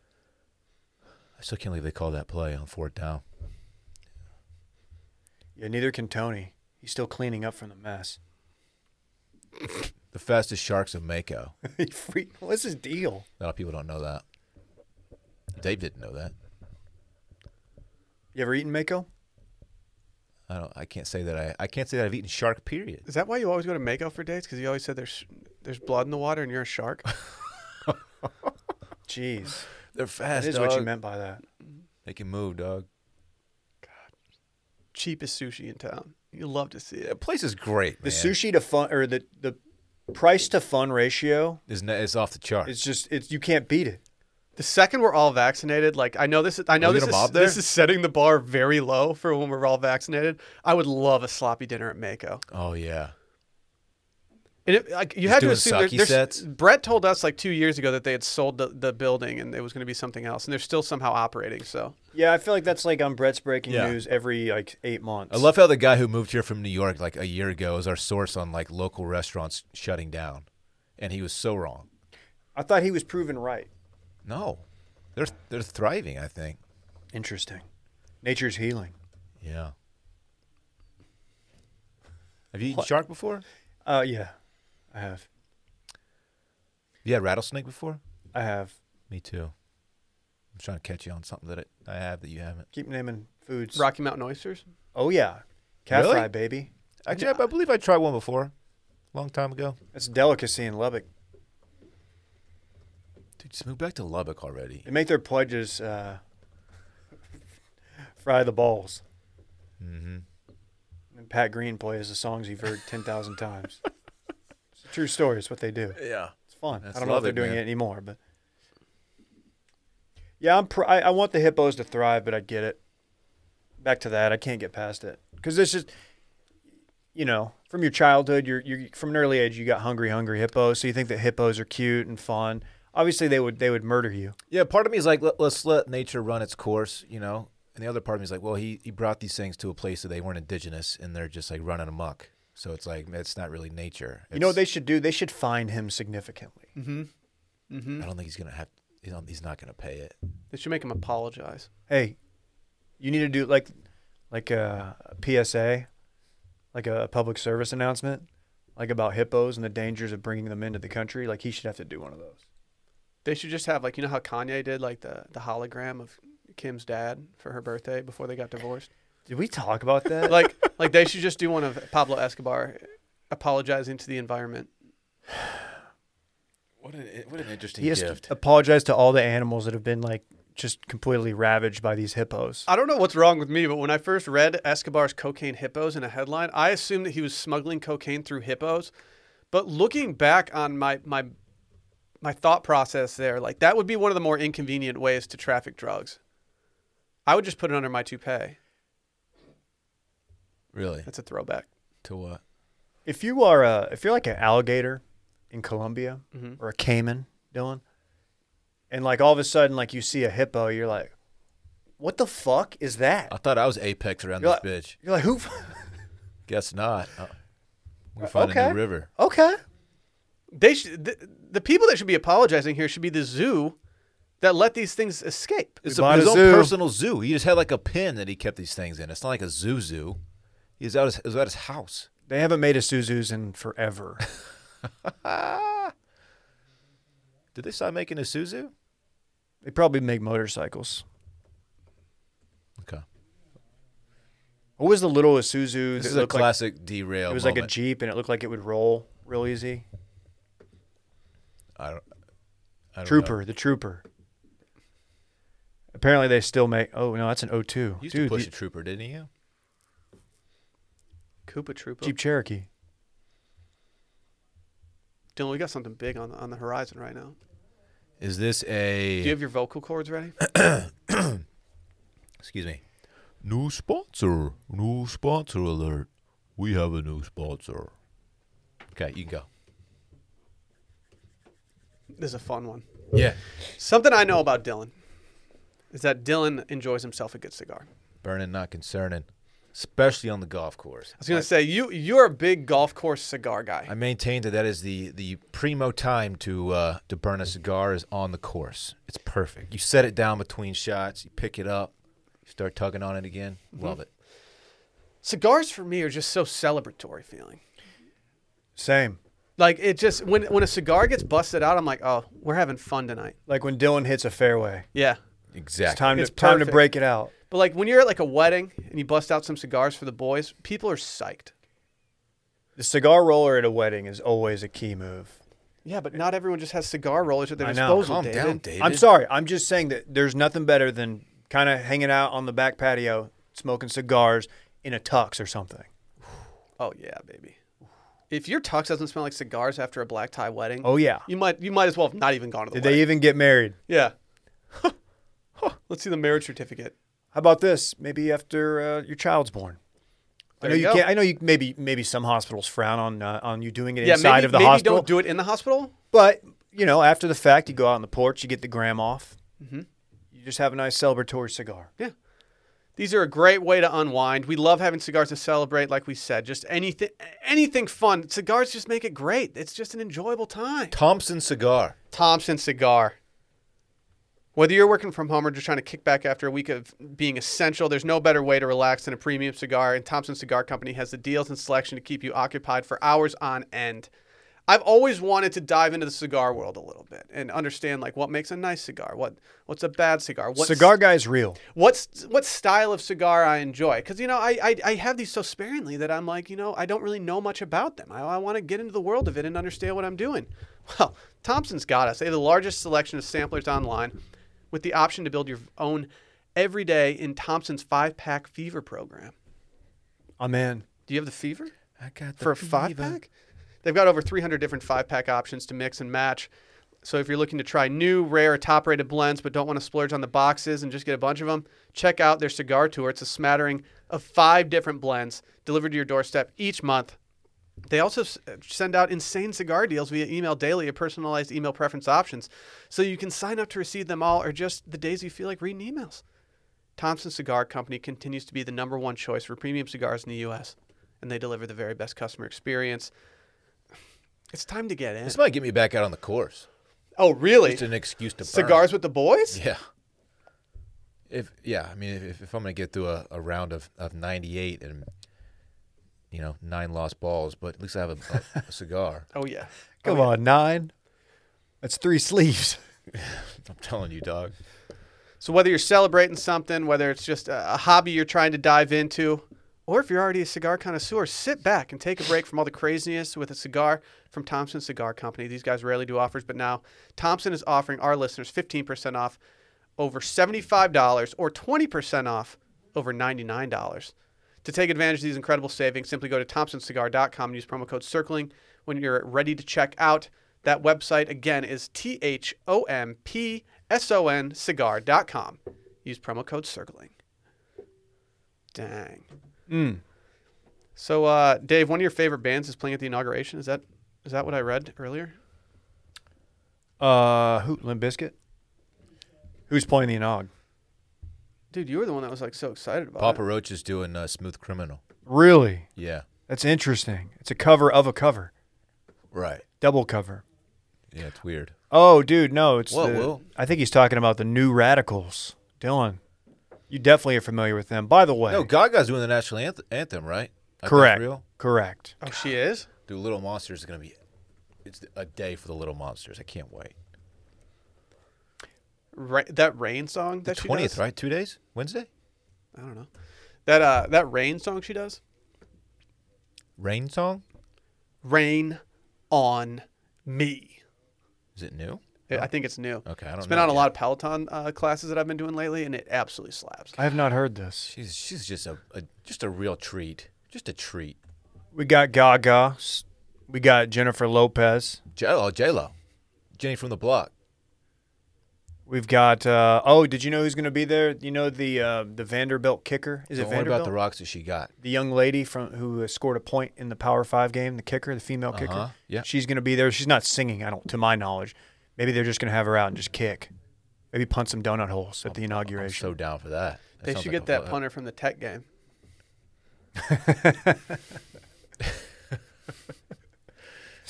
S3: I still can't believe they call that play on fourth down.
S2: Yeah, neither can Tony. He's still cleaning up from the mess. (laughs)
S3: The fastest sharks of Mako. A
S2: He freak- What's his deal?
S3: lot of people don't know that. Dave didn't know that.
S2: You ever eaten Mako?
S3: I don't. I can't say that. I I can't say that I've eaten shark. Period.
S1: Is that why you always go to Mako for dates? Because you always said there's there's blood in the water and you're a shark.
S2: Jeez,
S3: (laughs) They're
S2: that
S3: fast.
S2: is what you meant by that.
S3: They can move, dog.
S1: Cheapest sushi in town. You love to see
S3: The
S1: it.
S3: place is great.
S2: The sushi to fun or the the price to fun ratio
S3: is it's off the chart.
S2: It's just it's you can't beat it.
S1: The second we're all vaccinated, like I know this, I know
S3: Are we
S1: this
S3: gonna
S1: is
S3: mob there?
S1: this is setting the bar very low for when we're all vaccinated. I would love a sloppy dinner at Mako.
S3: oh yeah.
S1: And it, like you
S3: Just
S1: had to
S3: doing
S1: assume there,
S3: sake
S1: there's,
S3: sets?
S1: Brett told us like two years ago that they had sold the, the building and it was going to be something else, and they're still somehow operating. So
S2: Yeah, I feel like that's like on Brett's breaking
S3: Yeah.
S2: news every like eight months.
S3: I love how the guy who moved here from New York like a year ago is our source on like local restaurants shutting down, and he was so wrong.
S2: I thought he was proven right.
S3: No, they're they're thriving. I think.
S2: Interesting. Nature's healing.
S3: Yeah. Have you eaten shark before?
S2: Uh yeah. I have.
S3: Yeah, rattlesnake before.
S2: I have.
S3: Me too. I'm trying to catch you on something that I I have that you haven't.
S2: Keep naming foods.
S1: Rocky Mountain oysters.
S2: Oh yeah. Cat
S3: Really?
S2: fry, baby.
S3: Actually, I, I believe I tried one before, long time ago.
S2: That's a delicacy in Lubbock.
S3: Dude, just move back to Lubbock already.
S2: They make their pledges uh (laughs) fry the balls.
S3: Mm-hmm.
S2: And Pat Green plays the songs you've heard ten thousand times. It's a true story, it's what they do.
S3: Yeah.
S2: It's fun.
S3: That's
S2: I don't know if they're
S3: Lubbock,
S2: doing
S3: man.
S2: it anymore, but yeah, I'm. Pr- I, I want the hippos to thrive, but I get it. Back to that, I can't get past it because this is, you know, from your childhood, you're you from an early age, you got hungry, hungry hippos. So you think that hippos are cute and fun. Obviously, they would they would murder you.
S3: Yeah, part of me is like, let, let's let nature run its course, you know. And the other part of me is like, well, he, he brought these things to a place that they weren't indigenous, and they're just like running amok. So it's like it's not really nature.
S2: You know what they
S3: It's-
S2: should do? They should fine him significantly.
S3: I don't think he's gonna have. He's not, he's not gonna pay it.
S1: They should make them apologize.
S2: Hey, you need to do like like a PSA, like a public service announcement, like about hippos and the dangers of bringing them into the country. Like he should have to do one of those.
S1: They should just have like you know how Kanye did like the the hologram of Kim's dad for her birthday before they got divorced.
S2: Did we talk
S1: (laughs)
S2: about that?
S1: like like they should just do one of Pablo Escobar apologizing to the environment.
S3: What an what an interesting
S2: he has to apologize to all the animals that have been like just completely ravaged by these hippos.
S1: I don't know what's wrong with me, but when I first read Escobar's cocaine hippos in a headline, I assumed that he was smuggling cocaine through hippos. But looking back on my my my thought process there, like that would be one of the more inconvenient ways to traffic drugs. I would just put it under my toupee.
S3: Really?
S1: That's a throwback.
S3: To what?
S2: If you are a if you're like an alligator in Colombia
S1: Mhm.
S2: or a caiman, Dylan, and like all of a sudden like you see a hippo, you're like, what the fuck is that?
S3: I thought I was apex around
S2: You're
S3: this
S2: like-
S3: bitch.
S2: You're like, who?
S3: Guess not. Uh, we find a
S2: okay.
S3: new river.
S2: (laughs) okay.
S1: They should the, the people that should be apologizing here should be the zoo that let these things escape.
S3: It's
S2: We
S3: a,
S2: bought
S3: his
S2: a
S3: own
S2: zoo.
S3: personal zoo. He just had like a pen that he kept these things in. It's not like a zoo zoo. He was out. His, it was at his house.
S2: They haven't made a Suzu's in
S3: (laughs)
S2: forever.
S3: Did they stop making a Suzu?
S2: they probably make motorcycles.
S3: Okay.
S2: What was the little Isuzu?
S3: This
S2: that
S3: is a
S2: looked like-
S3: classic derail.
S2: it was like a
S3: moment.
S2: Jeep and it looked like it would roll real easy.
S3: I don't. I don't
S2: Trooper, the Trooper. Apparently they still make. Oh no, that's an 02.
S3: Know. You used
S2: Dude,
S3: to push
S2: the
S3: a trooper, didn't you?
S1: Koopa Troopa.
S2: Jeep Cherokee.
S1: Dylan, we got something big on the, on the horizon right now.
S3: Is this a?
S1: Do you have your vocal cords ready?
S3: Excuse me. New sponsor. New sponsor alert. We have a new sponsor. Okay, you can go.
S1: This is a fun one.
S3: Yeah.
S1: Something I know about Dylan is that Dylan enjoys himself a good cigar.
S3: Burning, not concerning, especially on the golf course.
S1: I was gonna say you you're a big golf course cigar guy.
S3: I maintain that that is the the primo time to uh, to burn a cigar is on the course. It's perfect. You set it down between shots. You pick it up. You start tugging on it again.
S2: Mm-hmm.
S3: Love it.
S1: Cigars for me are just so celebratory feeling.
S2: Same.
S1: Like it just when when a cigar gets busted out, I'm like, oh, we're having fun tonight.
S2: Like when Dylan hits a fairway.
S1: Yeah.
S3: Exactly.
S2: It's time to
S1: It's
S2: time to
S1: perfect.
S2: break it out.
S1: But like when you're at like a wedding and you bust out some cigars for the boys, people are psyched.
S2: The cigar roller at a wedding is always a key move.
S1: Yeah, but not everyone just has cigar rollers at their
S2: I know.
S1: disposal.
S3: Calm
S1: David.
S3: down, David.
S2: I'm sorry. I'm just saying that there's nothing better than kind of hanging out on the back patio, smoking cigars in a tux or something.
S1: Oh yeah, baby. If your tux doesn't smell like cigars after a black tie wedding,
S2: Oh yeah.
S1: you might you might as well have not even gone to the
S2: Did
S1: wedding.
S2: they even get married?
S1: yeah. Huh. Let's see the marriage certificate.
S2: How about this? Maybe after uh, your child's born. I
S1: There
S2: know
S1: you
S2: you
S1: go.
S2: can't. I know you maybe maybe some hospitals frown on uh, on you doing it
S1: Yeah,
S2: inside
S1: maybe,
S2: of the
S1: maybe
S2: hospital.
S1: don't do it in the hospital.
S2: But you know, after the fact, you go out on the porch, you get the gram off.
S1: Mm-hmm.
S2: You just have a nice celebratory cigar.
S1: Yeah. These are a great way to unwind. We love having cigars to celebrate, like we said. Just anything, anything fun. Cigars just make it great. It's just an enjoyable time.
S3: Thompson cigar.
S1: Thompson Cigar. Whether you're working from home or just trying to kick back after a week of being essential, there's no better way to relax than a premium cigar, and Thompson Cigar Company has the deals and selection to keep you occupied for hours on end. I've always wanted to dive into the cigar world a little bit and understand like what makes a nice cigar, what what's a bad cigar, what
S2: cigar guy's real.
S1: what's what style of cigar I enjoy. Because you know, I, I I have these so sparingly that I'm like, you know, I don't really know much about them. I, I want to get into the world of it and understand what I'm doing. Well, Thompson's got us. They have the largest selection of samplers online, with the option to build your own every day in Thompson's five pack fever program.
S2: I'm in.
S1: Do you have the fever?
S3: I got the
S1: for a five
S3: fever.
S1: pack. They've got over 300 different five pack options to mix and match. So if you're looking to try new, rare, or top rated blends, but don't want to splurge on the boxes and just get a bunch of them, check out their cigar tour. It's a smattering of five different blends delivered to your doorstep each month. They also s- uh, send out insane cigar deals via email daily or personalized email preference options. So you can sign up to receive them all or just the days you feel like reading emails. Thompson Cigar Company continues to be the number one choice for premium cigars in the U.S., and they deliver the very best customer experience. (sighs) It's time to get in.
S3: This might get me back out on the course.
S1: Oh, really?
S3: Just an excuse to burn.
S1: Cigars with the boys?
S3: Yeah. If yeah, I mean, if, if I'm gonna get through a, a round of, of 98 and you know nine lost balls, but at least I have a, a, a cigar. (laughs)
S1: Oh, yeah.
S2: Come on, nine. That's
S1: (laughs)
S2: three sleeves.
S3: I'm telling you, dog.
S1: So, whether you're celebrating something, whether it's just a, a hobby you're trying to dive into, or if you're already a cigar connoisseur, sit back and take a break from all the craziness with a cigar from Thompson Cigar Company. These guys rarely do offers, but now Thompson is offering our listeners 15% off over $75 or 20% off over $99. To take advantage of these incredible savings, simply go to thompsoncigar.com and use promo code CIRCLING when you're ready to check out. That website again is T H O M P S O N cigar.com. Use promo code CIRCLING. Dang.
S3: Mm.
S1: So, uh, Dave, one of your favorite bands is playing at the inauguration. Is that is that what I read earlier?
S2: Uh, who? Limp Biscuit. Who's playing the inog?
S1: Dude, you were the one that was like so excited about
S3: Papa
S1: it.
S3: Roach is doing uh, Smooth Criminal.
S2: Really?
S3: Yeah.
S2: That's interesting. It's a cover of a cover,
S3: Right.
S2: double cover.
S3: Yeah, it's weird.
S2: Oh, dude, no, it's.
S3: Whoa,
S2: the-
S3: whoa.
S2: I think he's talking about the New Radicals. Dylan, you definitely are familiar with them. By the way,
S3: No, Gaga's doing the national anth- anthem, right? I think
S2: correct,
S3: Real.
S2: correct.
S1: Oh, she is.
S3: Dude, Little Monsters is gonna be. It's a day for the Little Monsters. I can't wait.
S1: Ra- that rain song that she
S3: Twentieth,
S1: does?
S3: right? Two days. Wednesday.
S1: I don't know. That uh, that rain song she does.
S3: Rain song.
S1: Rain on me.
S3: Is it new?
S1: I- I think it's new.
S3: Oh. Okay, I don't
S1: It's been
S3: know
S1: on a
S3: yet.
S1: lot of Peloton uh, classes that I've been doing lately, and it absolutely slaps.
S2: I have not heard this.
S3: She's she's just a, a just a real treat. Just a treat.
S2: We got Gaga. s- We
S3: oh,
S2: got Jennifer Lopez.
S3: J Lo, J Lo, Jenny from the Block.
S2: We've got. Uh, oh, did you know who's going to be there? You know the uh, the Vanderbilt kicker. Is it
S3: Don't worry
S2: Vanderbilt?
S3: about the rocks that she got.
S2: the young lady from who scored a point in the Power Five game, the kicker, the female
S3: Uh-huh,
S2: kicker.
S3: yeah.
S2: she's going to be there. She's not singing, I don't, to my knowledge. Maybe they're just going to have her out and just kick. Maybe punt some donut holes at the
S3: I'm
S2: inauguration.
S3: so down for that. That
S1: They
S3: sounds
S1: should
S3: like
S1: get
S3: a
S1: that
S3: fun-
S1: punter from the Tech game.
S3: (laughs)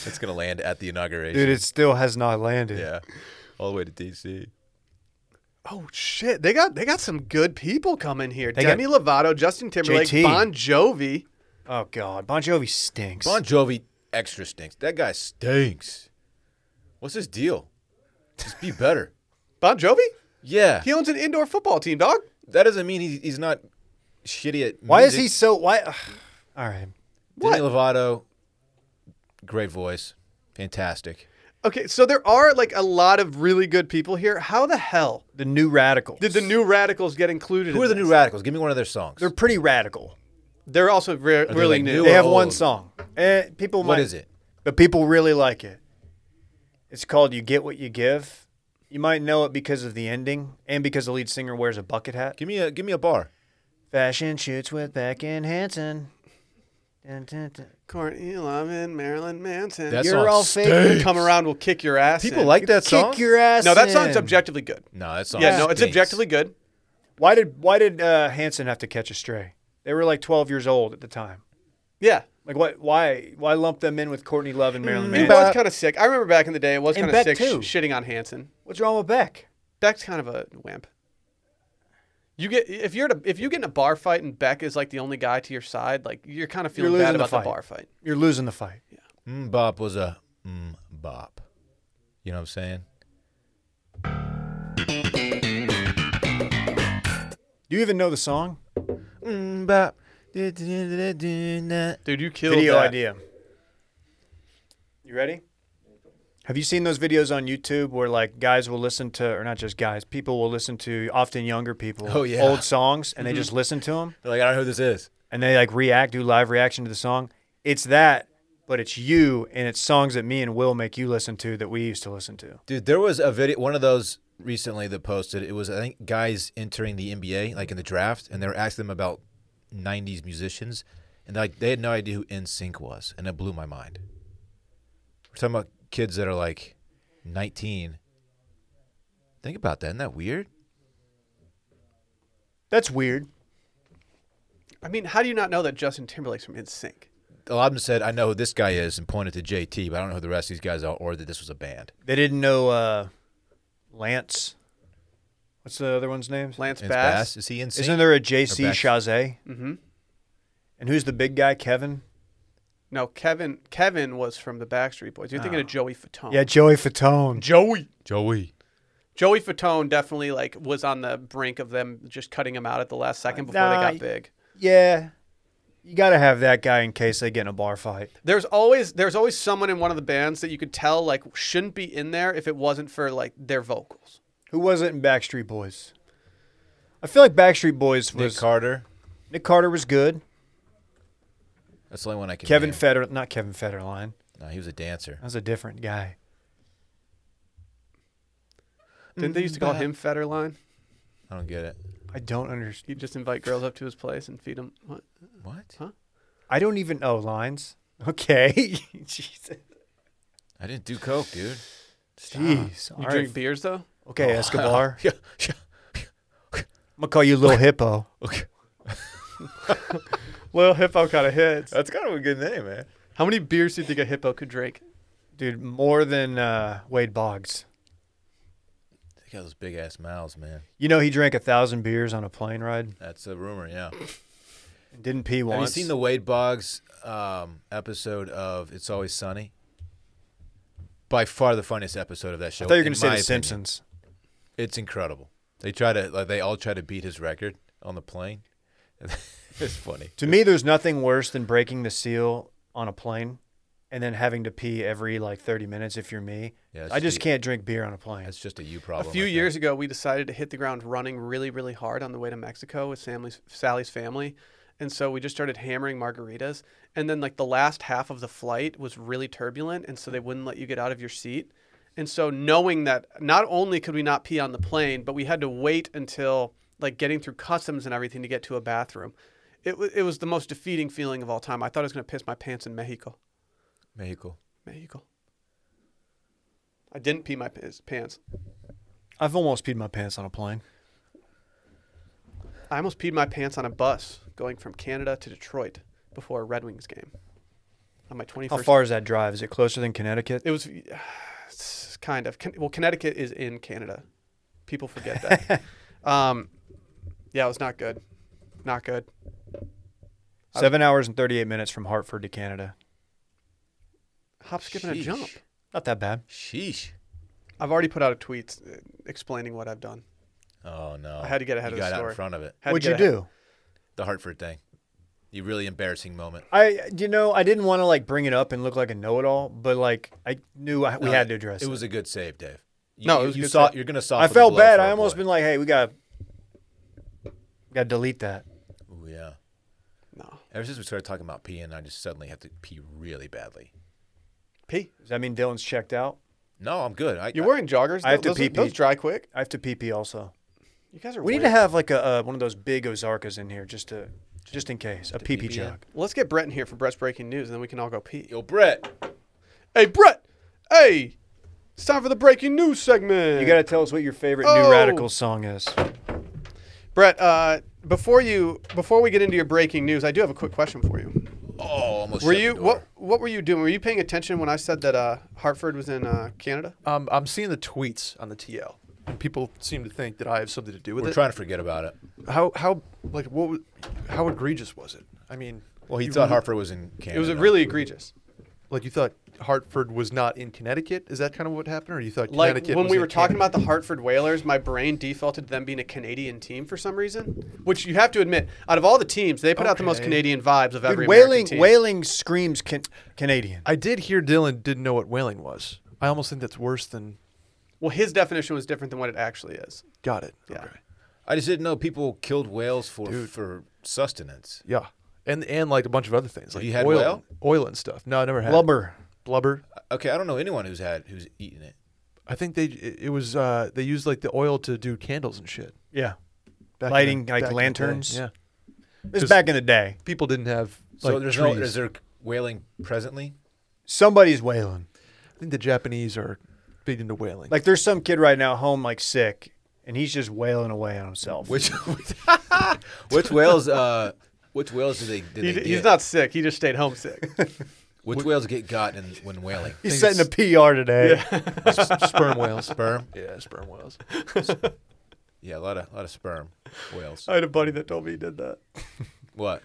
S3: It's gonna land at the inauguration.
S2: Dude, it still has not landed.
S3: yeah, all the way to DC.
S1: Oh shit! They got they got some good people coming here.
S2: They got-
S1: Demi Lovato, Justin Timberlake,
S2: JT.
S1: Bon Jovi.
S2: Oh God, Bon Jovi stinks.
S3: Bon Jovi extra stinks. That guy stinks. What's his deal? Just be better.
S1: Bon Jovi?
S3: Yeah,
S1: He owns an indoor football team, dog.
S3: that doesn't mean he's, he's not shitty at.
S2: why is
S3: music.
S2: he so? Why? ugh. all right.
S3: Demi Lovato, great voice, fantastic.
S1: Okay, so there are like a lot of really good people here. How the hell
S2: The new radicals.
S1: did the new radicals get included?
S3: Who
S1: in
S3: are the
S1: this?
S3: new radicals? Give me one of their songs.
S2: They're pretty radical.
S1: They're also re-
S3: they,
S1: really
S3: like,
S1: new.
S3: new
S2: They
S3: or-
S2: have one
S3: old.
S2: song. Eh, people.
S3: What
S2: might-
S3: is it?
S2: but people really like it. It's called "You Get What You Give." You might know it because of the ending and because the lead singer wears a bucket hat.
S3: Give me a give me a bar.
S2: Fashion shoots with Beck and Hanson. Dun, dun, dun.
S1: Courtney Love and Marilyn Manson.
S3: That's- That
S2: You're
S3: song
S2: all fake.
S1: Come around, we'll kick your ass.
S3: People
S1: in.
S3: like that song.
S2: Kick your ass.
S1: No, that
S2: in.
S1: song's objectively good.
S3: no, that song.
S1: Yeah, no, it's
S3: stinks.
S1: objectively good.
S2: Why did Why did uh, Hanson have to catch a stray? They were like 12 years old at the time.
S1: Yeah.
S2: Like what? Why? Why lump them in with Courtney Love and Marilyn
S1: It
S2: Manson?
S1: was kind of sick. I remember back in the day, it was
S2: And
S1: kind of
S2: Beck
S1: sick sh-
S2: too.
S1: shitting on Hanson.
S2: What's wrong with Beck?
S1: Beck's kind of a wimp. You get if you're at a, if you get in a bar fight and Beck is like the only guy to your side, like you're kind of feeling
S2: losing
S1: bad
S2: the
S1: about the
S2: fight.
S1: bar fight.
S2: You're losing the fight.
S3: Mm bop was a mm bop. You know what I'm saying?
S2: Do you even know the song?
S3: Mm bop. Du- du- du- du- du- na.
S1: Dude, you killed
S2: Video
S1: that.
S2: idea. You ready? Have you seen those videos on YouTube where like guys will listen to, or not just guys, people will listen to often younger people,
S3: Oh, yeah.
S2: old songs, and they just listen to them.
S3: They're like, I don't know who this is.
S2: and they like react, do live reaction to the song. It's that, but it's you, and it's songs that me and Will make you listen to that we used to listen to.
S3: Dude, there was a video, one of those recently that posted. It was, I think, guys entering the NBA, like in the draft, and they were asking them about 90s musicians. And like they had no idea who NSYNC was. And it blew my mind. We're talking about kids that are like 19. Think about that. Isn't that weird?
S2: That's weird.
S1: I mean, how do you not know that Justin Timberlake's from InSync?
S3: A lot of them said, I know who this guy is, and pointed to JT, but I don't know who the rest of these guys are, or that this was a band.
S2: They didn't know uh, Lance. What's the other one's name?
S1: Lance
S3: And it's
S1: Bass.
S3: Is he in
S2: Isn't there a JC
S3: Or Bass.
S2: Chazé?
S1: Mm-hmm.
S2: And who's the big guy, Kevin?
S1: No, Kevin. Kevin was from the Backstreet Boys. You're thinking of Joey Fatone.
S2: Oh. Yeah, Joey Fatone.
S1: Joey.
S3: Joey.
S1: Joey Fatone definitely like was on the brink of them just cutting him out at the last second before
S2: nah,
S1: they
S2: y-
S1: got big.
S2: Yeah. You got to have that guy in case they get in a bar fight.
S1: There's always there's always someone in one of the bands that you could tell like shouldn't be in there if it wasn't for like their vocals.
S2: Who was it in Backstreet Boys? I feel like Backstreet Boys
S3: Nick
S2: was
S3: Carter.
S2: Nick Carter was good.
S3: That's the only one I can
S2: Kevin
S3: name.
S2: Feder, not Kevin Federline.
S3: no, he was a dancer.
S2: That was a different guy.
S1: Didn't they used to call him Federline?
S3: I don't get it.
S2: I don't understand.
S1: He'd just invite girls up to his place and feed them. What?
S3: What?
S2: I don't even know lines. (laughs) Okay. Jesus.
S3: I didn't do coke,
S1: (laughs)
S3: dude.
S2: Jeez.
S1: You
S2: All
S1: drink
S2: right.
S1: beers though?
S2: Okay, Escobar.
S3: Yeah, yeah.
S2: I'm going to call you
S3: (laughs)
S2: Lil Hippo.
S3: Okay.
S2: (laughs)
S1: Well, hippo kind of hits.
S3: That's kind of a good name, man.
S1: How many beers do you think a hippo could drink?
S2: Dude, more than uh, Wade Boggs.
S3: They got those big ass mouths, man.
S2: You know, he drank a thousand beers on a plane ride
S3: That's a rumor, yeah.
S2: and didn't pee once.
S3: Have you seen the Wade Boggs um, episode of It's Always Sunny? By far the funniest episode of that show.
S2: I thought you were going
S3: in
S2: to say The
S3: my opinion.
S2: Simpsons.
S3: It's incredible. They try to, like, they all try to beat his record on the plane. (laughs) it's funny.
S2: To me, there's nothing worse than breaking the seal on a plane and then having to pee every like 30 minutes if you're me.
S3: Yeah, that's
S2: I just
S3: cheap.
S2: can't drink beer on a plane.
S3: That's just a you
S1: A
S3: problem.
S1: few
S3: I think.
S1: years ago, we decided to hit the ground running really, really hard on the way to Mexico with Sally's, Sally's family. And so we just started hammering margaritas. And then, like, the last half of the flight was really turbulent. And so they wouldn't let you get out of your seat. And so knowing that not only could we not pee on the plane, but we had to wait until like getting through customs and everything to get to a bathroom. It, wa it was the most defeating feeling of all time. I thought I was going to piss my pants in Mexico.
S3: Mexico.
S1: Mexico. I didn't pee my p- pants.
S2: I've almost peed my pants on a plane.
S1: I almost peed my pants on a bus going from Canada to Detroit before a Red Wings game. On my 21st.
S2: How far is that drive? Is it closer than Connecticut?
S1: It was (sighs) it's kind of. Con- Well, Connecticut is in Canada. People forget
S2: (laughs)
S1: that. um, yeah, it was not good. Not good.
S2: Seven hours and 38 minutes from Hartford to Canada.
S1: Hop, skip, and a jump.
S3: Sheesh.
S2: Not that bad.
S3: Sheesh.
S1: I've already put out a tweet uh, explaining what I've done.
S3: Oh no.
S1: I had to get ahead
S3: you
S1: of the
S3: got out
S1: story.
S3: in front of it.
S1: Had to
S2: What'd
S1: get
S2: you
S1: ahead-
S2: do?
S3: The Hartford thing. You really embarrassing moment.
S2: I, you know, I didn't want to like bring it up and look like a know-it-all, but like I knew I, we
S3: No,
S2: had to address it.
S3: It was a good save, Dave. You,
S1: No, it was
S3: you-
S1: a
S3: you
S1: good
S3: saw.
S1: save.
S3: You're gonna soften.
S2: I
S3: the
S2: felt
S3: blow
S2: bad.
S3: for
S2: I
S3: our
S2: almost
S3: boy.
S2: been like, hey, we got, got to delete that.
S3: Ooh, yeah.
S1: No.
S3: Ever since we started talking about peeing, I just suddenly have to pee really badly.
S1: Pee.
S2: Does that mean Dylan's checked out?
S3: No, I'm good. I,
S1: You're wearing joggers.
S2: I have to
S1: those,
S2: pee,
S1: Those
S2: pee.
S1: dry quick.
S2: I have to pee pee also.
S1: You guys are.
S2: We need to
S1: weird.
S2: have like a uh, one of those big Ozarkas in here just to, just in case, a pee pee
S3: pee in.
S2: jug.
S1: Let's get Brett in here for Brett's breaking news, and then we can all go pee.
S3: Yo, Brett.
S1: Hey, Brett. Hey, it's time for the breaking news segment.
S2: You got to tell us what your favorite
S1: Oh!
S2: New Radical song is.
S1: Brett, uh, before you before we get into your breaking news, I do have a quick question for you.
S3: Oh, almost.
S1: Were
S3: shut the
S1: you
S3: door.
S1: what what were you doing? Were you paying attention when I said that uh, Hartford was in uh, Canada?
S4: Um, I'm seeing the tweets on the TL, and people seem to think that I have something to do with
S3: We're
S4: it.
S3: trying to forget about it.
S4: how how like what was- how egregious was it? I mean,
S3: Well, he
S4: you
S3: thought
S4: really-
S3: Hartford was in Canada.
S1: It was really egregious.
S4: like you thought Hartford was not in Connecticut. Is that kind of what happened, or you thought
S1: Like
S4: Connecticut
S1: when
S4: was
S1: we
S4: in
S1: were talking
S4: Canada?
S1: about the Hartford Whalers, my brain defaulted to them being a Canadian team for some reason. Which you have to admit, out of all the teams, they put out the most
S4: Okay.
S1: Canadian vibes of every American
S2: Dude, wailing,
S1: team.
S2: wailing screams can, Canadian.
S4: I did hear Dylan didn't know what whaling was. I almost think that's worse than
S1: Well, his definition was different than what it actually is.
S4: got it.
S1: Yeah.
S4: Okay.
S3: I just didn't know people killed whales for for sustenance.
S4: Yeah. And and like a bunch of other things like
S3: you had
S4: oil,
S3: whale?
S4: oil and stuff. No, I never had
S2: Blubber.
S4: Blubber.
S3: Okay, I don't know anyone who's had who's eaten it.
S4: I think they it it was uh, they used like the oil to do candles and shit.
S2: Yeah.
S4: back in the-
S2: Lighting, like,
S4: back in the day.
S2: lanterns?
S4: Yeah.
S2: This is
S4: Just-
S2: back in the day.
S4: People didn't have
S3: So
S4: like
S3: there's
S4: trees.
S3: no is there whaling presently?
S2: Somebody's wailing.
S4: I think the Japanese are big into whaling. (laughs)
S2: Like there's some kid right now at home like sick, and he's just wailing away on himself.
S3: Which (laughs) which whales? Uh, which whales do they? Did
S1: He,
S3: they
S1: he's
S3: get?
S1: not sick. He just stayed home sick.
S3: Which whales get got in, when whaling?
S2: he's
S4: think
S2: setting a PR today.
S4: S- sperm whales. (laughs)
S3: Sperm.
S4: Yeah, sperm whales.
S3: Yeah, a lot of lot of sperm
S1: (laughs)
S3: whales.
S1: I had a buddy that told me he did that.
S3: What?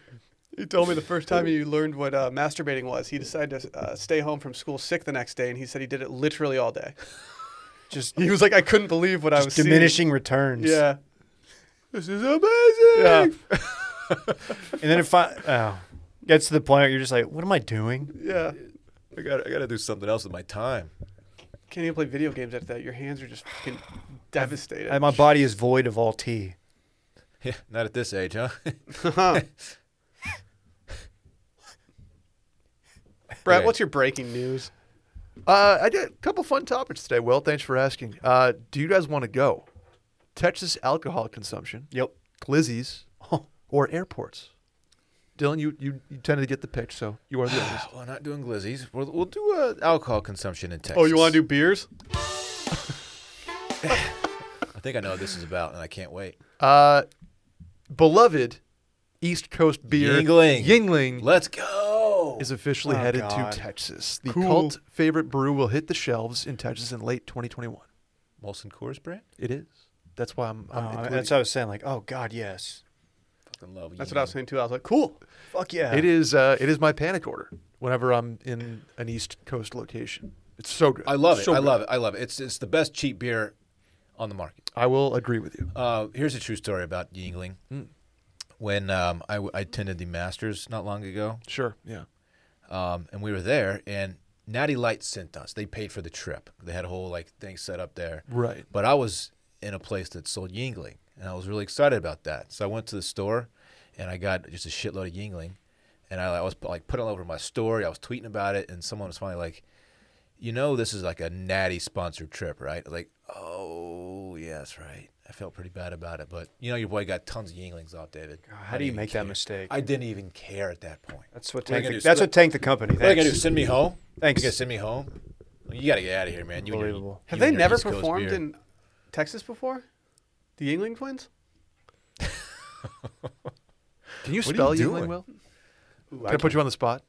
S1: He told me the first time he learned what uh, masturbating was, he decided to uh, stay home from school sick the next day, and he said he did it literally all day.
S2: (laughs)
S1: (laughs)
S2: (laughs) Just,
S1: He was like, I couldn't believe what I was
S2: just diminishing returns.
S1: Seeing. Yeah.
S4: This is amazing.
S2: And then if I oh, gets to the point where you're just like, what am I doing?
S1: Yeah.
S3: I got I got to do something else with my time.
S1: Can't even play video games after that. Your hands are just fucking devastated.
S2: I- my body is void of all tea.
S3: (laughs) Yeah, not at this age, huh? (laughs) Oh,
S1: Brett,
S3: Okay.
S1: what's your breaking news?
S4: Uh, I did a couple fun topics today. Well, thanks for asking. Uh, do you guys want to go? Texas alcohol consumption,
S2: Yep.
S4: (laughs) glizzies, or airports? Dylan, you, you, you tended to get the pitch, so you are the (sighs) oldest.
S3: well, not doing glizzies. We'll, we'll do uh, alcohol consumption in Texas.
S1: Oh, wanna beers?
S3: I think I know what this is about, and I can't wait.
S4: Uh, beloved East Coast beer
S3: Yingling.
S4: Yingling
S3: Let's go.
S4: is officially
S2: Oh,
S4: headed
S2: God.
S4: to Texas. The
S1: Cool.
S4: cult favorite brew will hit the shelves in Texas in late 2021.
S3: Molson Coors brand?
S4: It is. That's why I'm. I'm
S2: Oh,
S4: including
S2: that's
S4: it.
S2: what I was saying. Like, oh God, yes.
S3: Fucking love.
S1: That's
S3: Yingling.
S1: what I was saying too. I was like, cool.
S2: Fuck yeah.
S4: It is. Uh, it is my panic order whenever I'm in an East Coast location. It's so good.
S3: I love it.
S4: So
S3: I
S4: good.
S3: love it. I love it. It's it's the best cheap beer on the market.
S4: I will agree with you.
S3: Uh, here's a true story about Yingling. When um, I, w- I attended the Masters not long ago,
S4: Sure. Yeah.
S3: um, and we were there, and Natty Light sent us. They paid for the trip. They had a whole like thing set up there.
S4: Right.
S3: But I was in a place that sold Yingling, and I was really excited about that. So I went to the store, and I got just a shitload of Yingling, and I, I was like putting it all over my story. I was tweeting about it, and someone was finally like, you know this is like a natty sponsored trip, right? Like, oh yeah, that's right. I felt pretty bad about it, but you know your boy got tons of Yinglings off, David.
S2: how
S3: I
S2: do you
S3: didn't
S2: make
S3: even
S2: that mistake?
S3: I didn't even care at that point.
S2: That's what
S3: What are you
S2: tanked.
S3: gonna
S2: The,
S3: do?
S2: that's
S3: Split-
S2: what tanked the company.
S3: What are you gonna do?
S2: Thanks.
S3: Send me home?
S2: Thanks.
S3: You gonna send me home? You gotta get out of here, man. You and your-
S2: Unbelievable.
S1: Have
S3: you
S1: they
S3: and your
S1: never
S3: East Coast
S1: performed
S3: beer.
S1: in Texas before? The Yingling Twins?
S4: Can you
S3: What are you
S4: spell
S3: doing?
S4: Yingling, Will? Can I, put you on the spot?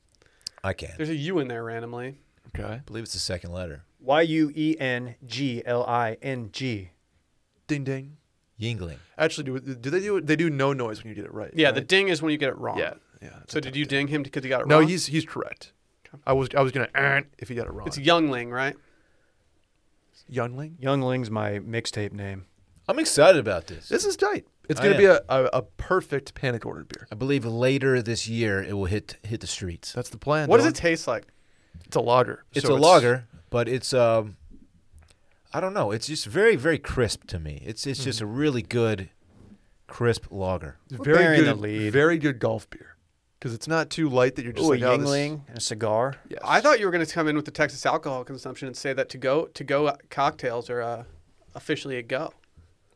S3: I can. not
S1: There's a U in there randomly.
S4: Okay.
S3: I believe it's the second letter.
S2: Y u e n g l i n g.
S4: Ding ding.
S3: Yingling.
S4: Actually, do do they do they do no noise when you get it right?
S1: Yeah, the
S4: right?
S1: ding is when you get it wrong.
S4: yeah yeah. it's
S1: So
S4: a
S1: did
S4: tough
S1: you
S4: deal.
S1: ding him because he got it
S4: No,
S1: wrong?
S4: he's he's correct. I was I was gonna eh, if he got it wrong.
S1: it's Youngling, right?
S4: Youngling.
S2: Youngling's my mixtape name.
S3: I'm excited about this.
S4: This is tight. It's
S3: I
S4: gonna
S3: am.
S4: be a, a, a perfect panic order beer.
S3: I believe later this year it will hit hit the streets.
S4: That's the plan.
S1: What does
S4: Dylan.
S1: it taste like?
S4: It's a lager.
S3: It's
S4: so
S3: a lager, but it's um, I don't know. It's just very very crisp to me. It's it's just a really good crisp lager.
S2: We're
S4: Very
S2: burying
S4: good.
S2: the lead.
S4: Very good golf beer. Because it's not too light that you're just
S2: Ooh,
S4: like
S2: a
S4: oh, this-
S2: Yingling and a cigar.
S4: Yes.
S1: I thought you were going to come in with the Texas alcohol consumption and say that to go to go cocktails are uh, officially a go.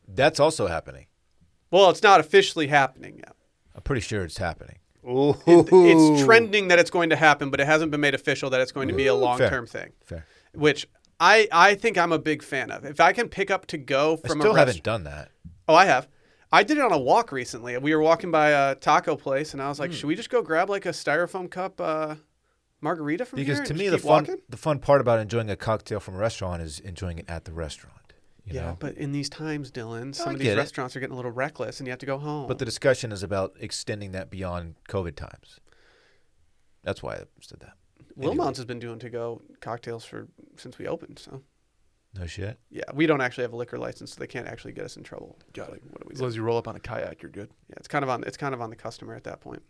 S3: That's also happening.
S1: Well, it's not officially happening yet.
S3: I'm pretty sure it's happening.
S2: Ooh.
S1: It- it's trending that it's going to happen, but it hasn't been made official that it's going to be a
S3: Ooh,
S1: long
S3: fair.
S1: term thing.
S3: Fair.
S1: Which I I think I'm a big fan of. If I can pick up to go
S3: I
S1: from
S3: still
S1: a
S3: haven't
S1: restaurant.
S3: done that.
S1: Oh, I have. I did it on a walk recently. We were walking by a taco place, and I was like,
S3: Hmm.
S1: "Should we just go grab like a styrofoam cup uh, margarita from
S3: Because
S1: here?"
S3: to
S1: and
S3: me
S1: just
S3: the
S1: keep
S3: fun
S1: walking?"
S3: the fun part about enjoying a cocktail from a restaurant is enjoying it at the restaurant. You
S1: yeah,
S3: know?
S1: but in these times, Dylan, some
S3: I
S1: of
S3: get
S1: these
S3: it.
S1: restaurants are getting a little reckless, and you have to go home.
S3: But the discussion is about extending that beyond COVID times. That's why I said that.
S1: Wilmont's
S3: Anyway,
S1: has been doing to go cocktails for since we opened. So
S3: no shit.
S1: yeah, we don't actually have a liquor license, so they can't actually get us in trouble.
S4: Got it.
S1: What do we
S4: As
S1: do?
S4: long as you roll up on a kayak, you're good.
S1: Yeah, it's kind of on it's kind of on the customer at that
S3: (laughs)
S1: point.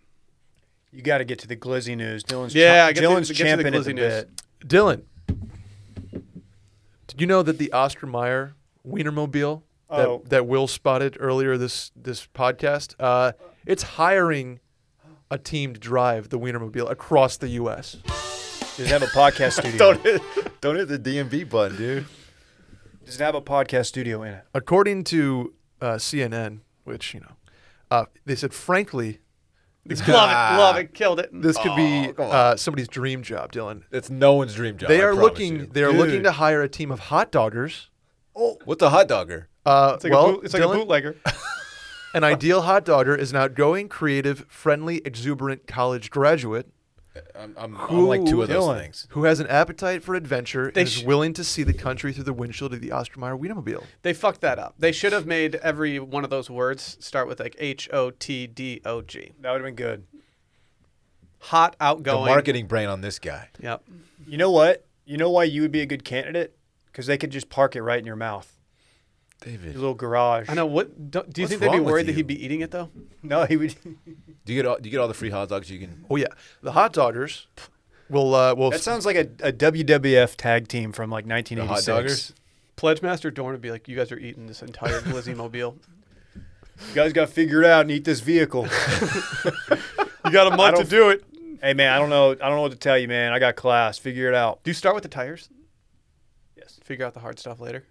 S2: You got to get to the glizzy news. Dylan's
S1: Yeah,
S2: chom-
S1: get to-
S2: Dylan's
S1: get to the
S2: champing at the
S1: glizzy news.
S2: bit.
S4: Dylan, did you know that the Oscar Mayer Wienermobile that,
S2: Oh.
S4: that Will spotted earlier this this podcast, uh, it's hiring a team to drive the Wienermobile across the U.S.
S2: Does it have
S1: (laughs)
S2: a podcast studio?
S3: hit, don't hit the DMV button, dude.
S2: Does it have a podcast studio in it?
S4: According to uh, CNN, which you know, uh, they said, frankly, this could,
S1: Love it, love it, killed it.
S4: this could be
S3: Oh, come on.
S4: uh, somebody's dream job, Dylan.
S3: That's no one's dream job.
S4: They
S3: I
S4: are
S3: promise
S4: looking.
S3: you.
S4: They are looking
S2: Dude.
S4: to hire a team of hot doggers.
S3: What's a hot dogger?
S4: Uh,
S1: it's like
S4: well,
S1: a boot, it's like
S4: Dylan,
S1: a bootlegger. (laughs)
S4: An ideal hot dogger is an outgoing, creative, friendly, exuberant college graduate
S3: I'm, I'm, I'm like two of those
S2: Dylan?
S3: things.
S4: who has an appetite for adventure
S1: They
S4: and
S1: sh-
S4: is willing to see the country through the windshield of the Ostermeyer Wienermobile.
S1: They fucked that up. They should have made every one of those words start with like H O T D O G.
S2: That would have been good.
S1: Hot
S3: The
S1: outgoing.
S3: marketing brain on this guy.
S1: Yep.
S2: You know what? You know why you would be a good candidate? Because they could just park it right in your mouth. Your
S3: David,
S2: little garage.
S1: I know. What do, do you
S3: What's
S1: think they'd be
S3: wrong with
S1: worried that
S3: you?
S1: he'd be eating it though?
S2: (laughs) No, he would.
S3: do you get all, do you get all the free hot dogs you can?
S4: Oh yeah, the hot doggers will uh, will
S2: That sounds like a, a WWF tag team from like
S3: The hot
S2: 1986.
S3: doggers.
S1: Pledge Master Dorn would be like, "You guys are eating this
S3: (laughs)
S1: entire Glizzy Mobile.
S2: You guys got to figure it out and eat this vehicle.
S1: (laughs)
S2: (laughs)
S1: you got a
S2: month to
S1: do it." Do
S2: hey man, I don't know. I don't know what to tell you, man. I got class. Figure it out.
S1: you start with the tires?
S2: Yes.
S1: Figure out the hard stuff later.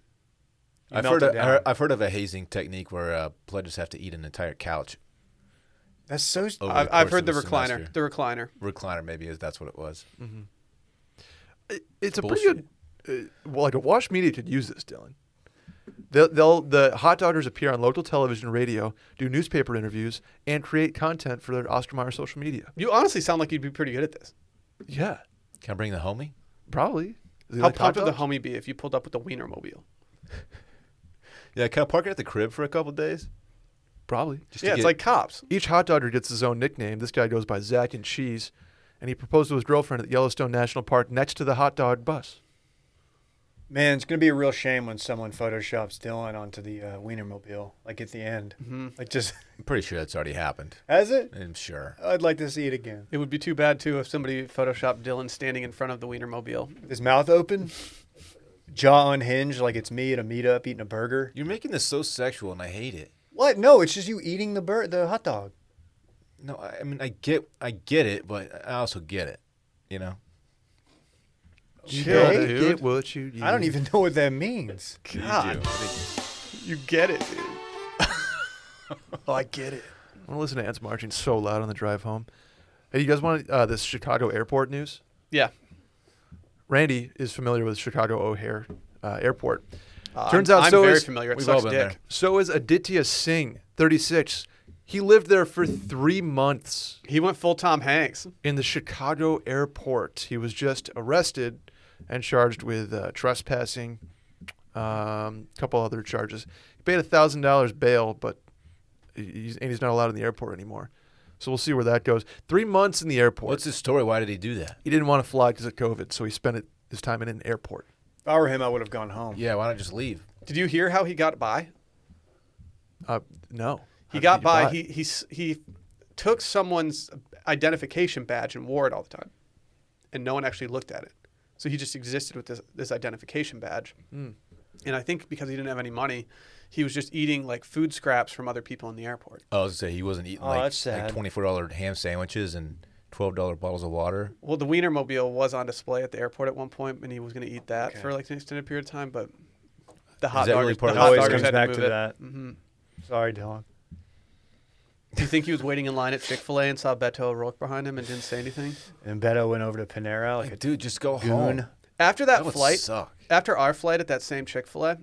S2: You
S3: I've
S2: melt
S3: heard,
S2: it
S3: of, I
S2: down.
S3: heard-
S1: uh,
S3: I've heard of a hazing technique where uh, pledges have to eat an entire couch.
S2: That's so.
S3: Over
S1: I've,
S3: the
S1: I've
S3: course
S1: heard the
S3: of a
S1: recliner.
S3: semester.
S1: The recliner.
S3: Recliner, maybe is that's what it was. Hmm.
S4: It- it's a
S3: Bullshit.
S4: pretty good. Uh, well, like a Wash Media could use this, Dylan. They'll, they'll the hot doggers appear on local television, radio, do newspaper interviews, and create content for their Ostermeyer social media.
S1: You honestly sound like you'd be pretty good at this.
S4: Yeah,
S3: Can I bring the homie?
S4: probably. They
S1: How
S4: like hot
S1: pumped would the
S4: dogs?
S1: homie be if you pulled up with the Wiener Mobile?
S3: Yeah, can I park it at the crib for a couple days?
S4: Probably.
S3: Just to
S1: Yeah, it's
S3: get-
S1: like cops.
S4: Each hot dogger gets his own nickname. This guy goes by Zach and Cheese, and he proposed to his girlfriend at Yellowstone National Park next to the hot dog bus.
S2: Man, it's gonna be a real shame when someone photoshops Dylan onto the uh, Wienermobile, like at the end. Like just (laughs)
S3: I'm pretty sure that's already happened.
S2: has it?
S3: I'm sure.
S2: I'd like to see it again.
S1: It would be too bad too if somebody photoshopped Dylan standing in front of the Wiener Mobile.
S2: With His mouth open, jaw unhinged, like it's me at a meetup eating a burger.
S3: You're making this so sexual, and I hate it.
S2: What? No, it's just you eating the bur- the hot dog.
S3: No, I, I mean I get I get it, but I also get it. You know.
S2: Chill,
S4: Gotta
S1: dude.
S4: Get what you use.
S2: I don't even know what that means. God.
S1: You get it, dude.
S4: Oh, I get it. I want to listen to ants marching so loud on the drive home. Hey, you guys want uh, this Chicago airport news?
S1: Yeah.
S4: Randy is familiar with Chicago O'Hare uh, Airport.
S1: Uh,
S4: Turns
S1: I'm,
S4: out
S1: I'm
S4: so
S1: very
S4: is
S1: familiar. It
S3: we've
S1: sucks
S3: all been
S1: dick.
S3: there.
S4: so is Aditya Singh, 36. He lived there for three months
S1: He went full Tom Hanks.
S4: in the Chicago airport. He was just arrested and charged with uh, trespassing, a couple other charges. He paid thousand dollars bail, but he's, and he's not allowed in the airport anymore. So we'll see where that goes. Three months in the airport.
S3: What's his story? Why did he do that?
S4: he didn't want to fly because of COVID, so he spent it, his time in an airport.
S2: If I were him, I would have gone home.
S3: Yeah, why not just leave?
S1: Did you hear how he got by?
S4: Uh, no,
S1: He
S4: How
S1: got
S4: did
S1: by. He he s- he took someone's identification badge and wore it all the time, and no one actually looked at it. So he just existed with this this identification badge.
S4: Hmm.
S1: And I think because he didn't have any money, he was just eating like food scraps from other people in the airport.
S3: Oh, I was gonna say he wasn't eating
S2: Oh,
S3: like,
S2: that's
S3: like
S2: sad.
S3: twenty-four dollar ham sandwiches and twelve dollar bottles of water.
S1: Well, the Wienermobile was on display at the airport at one point, and he was going to eat that for like an extended period of time. But the hot
S3: that
S1: dog
S3: really part
S2: It
S3: of
S1: the hot
S3: it?
S2: always
S1: doggers
S2: comes
S1: had
S2: back
S1: move
S2: to
S1: it.
S2: that. Sorry, Dylan.
S1: Do you think he was waiting in line at Chick Fil A and saw Beto O'Rourke behind him and didn't say anything?
S2: And Beto went over to Panera like a
S3: Like, dude, just go
S2: goon.
S3: home.
S1: After that,
S3: That would
S1: flight,
S3: suck.
S1: after our flight at that same Chick Fil A,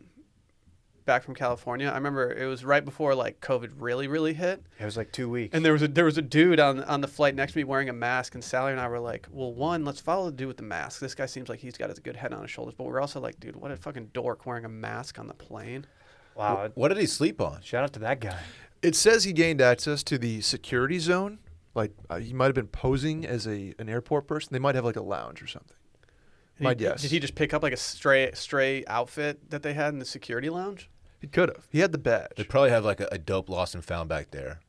S1: back from California, I remember it was right before like COVID really, really hit,
S2: It was like two weeks.
S1: and there was a there was a dude on on the flight next to me wearing a mask, and Sally and I were like, well, one, let's follow the dude with the mask. This guy seems like he's got his good head on his shoulders, but we're also like, dude, what a fucking dork wearing a mask on the plane.
S2: wow.
S3: What did he sleep on?
S2: Shout out to that guy.
S4: It says he gained access to the security zone. Like uh, he might have been posing as a an airport person. They might have like a lounge or something.
S1: Did
S4: My
S1: he,
S4: guess.
S1: Did he just pick up like a stray stray outfit that they had in the security lounge?
S4: He could have. He had the
S3: They
S4: badge.
S3: probably have like a, a dope lost and found back there.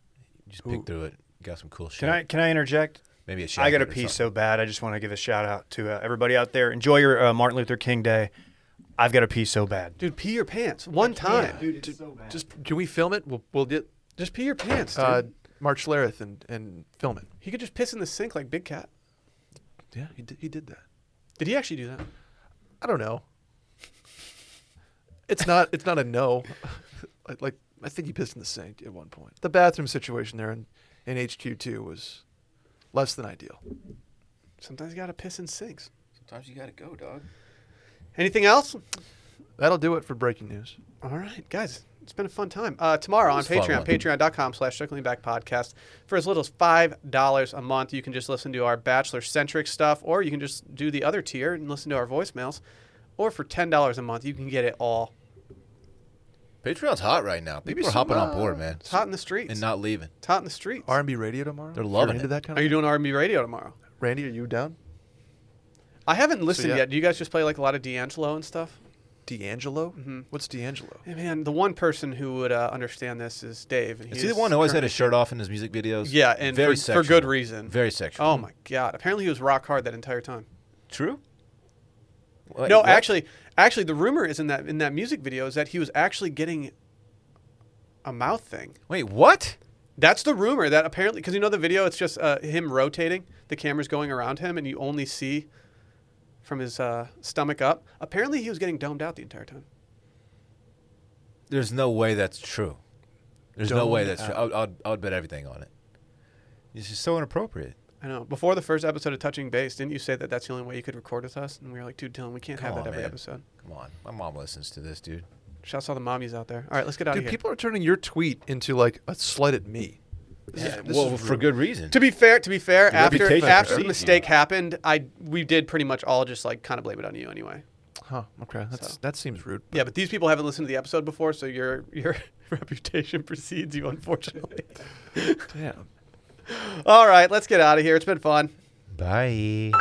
S3: You just pick through it. Got some cool shit.
S2: Can I can I interject?
S3: Maybe a
S2: I got a
S3: shacket or
S2: pee
S3: something.
S2: so bad. I just want to give a shout out to uh, everybody out there. Enjoy your uh, Martin Luther King Day. I've got a pee so bad.
S1: Dude, pee your pants one time.
S2: Dude, it's so bad.
S4: Just can we film it? We'll we'll get
S1: Just pee your pants, dude.
S4: uh, March Lareth and and film it.
S1: he could just piss in the sink like Big Cat.
S4: Yeah, he did, he did that.
S1: Did he actually do that?
S4: I don't know. It's not it's not a no. like, like I think he pissed in the sink at one point. The bathroom situation there in, in HQ two was less than ideal.
S1: Sometimes you gotta piss in sinks.
S3: Sometimes you gotta go, dog.
S1: Anything else?
S4: That'll do it for breaking news.
S1: All right, guys. It's been a fun time. Uh, tomorrow on
S3: was a fun
S1: Patreon,
S3: one.
S1: patreon.com slash circling back podcast. For as little as $5 a month, you can just listen to our bachelor centric stuff, or you can just do the other tier and listen to our voicemails. Or for $10 a month, you can get it all.
S3: Patreon's hot right now. People
S4: Maybe
S3: are hopping
S4: some,
S3: on
S4: uh,
S3: board, man,
S1: It's hot in the streets.
S3: and not leaving.
S1: it's hot in the streets.
S4: R and B radio tomorrow.
S3: They're
S4: If you're
S3: loving
S4: into
S3: it.
S4: that kind
S1: Are
S4: of.
S1: you doing R&B radio tomorrow?
S4: Randy, are you down?
S1: I haven't listened
S4: yeah.
S1: yet. Do you guys just play like a lot of D'Angelo and stuff?
S4: D'Angelo? What's D'Angelo?
S1: Hey, man, the one person who would uh, understand this is Dave. And
S3: Is
S1: he
S3: he the one who always had his shirt off in his music videos?
S1: Yeah, and
S3: very
S1: for, for
S3: sexual.
S1: good reason.
S3: Very sexual.
S1: Oh my god! Apparently he was rock hard that entire time.
S3: true.
S1: no, actually, actually, the rumor is in that in that music video is that he was actually getting a mouth thing.
S3: Wait, what?
S1: That's the rumor that apparently because you know the video, it's just uh, him rotating, the camera's going around him, and you only see from his uh, stomach up. Apparently he was getting domed out the entire time.
S3: There's no way that's true. There's no
S4: Don't
S3: way that's
S4: out.
S3: true. I would, I would bet everything on it. This is so inappropriate.
S1: I know. Before the first episode of Touching Base, didn't you say that that's the only way you could record with us? And we were like, dude, Dylan, we can't
S3: Come
S1: have
S3: on,
S1: that every
S3: man.
S1: episode.
S3: Come on. My mom listens to this, dude.
S1: Shouts to all the mommies out there. All right, let's get out
S4: Dude,
S1: of here.
S4: people are turning your tweet into like a slight at me. This is- this
S3: well,
S4: is
S3: for
S4: rude.
S3: good reason.
S1: To be fair, to be fair, after
S3: reputation
S1: after the
S3: precedes you.
S1: mistake happened, I we did pretty much all just like kind of blame it on you anyway.
S4: Huh? Okay, that's, that seems rude.
S1: Yeah, but these people haven't listened to the episode before, so your your (laughs) reputation precedes you, unfortunately.
S4: Damn.
S1: all right, let's get out of here. It's been fun.
S3: Bye.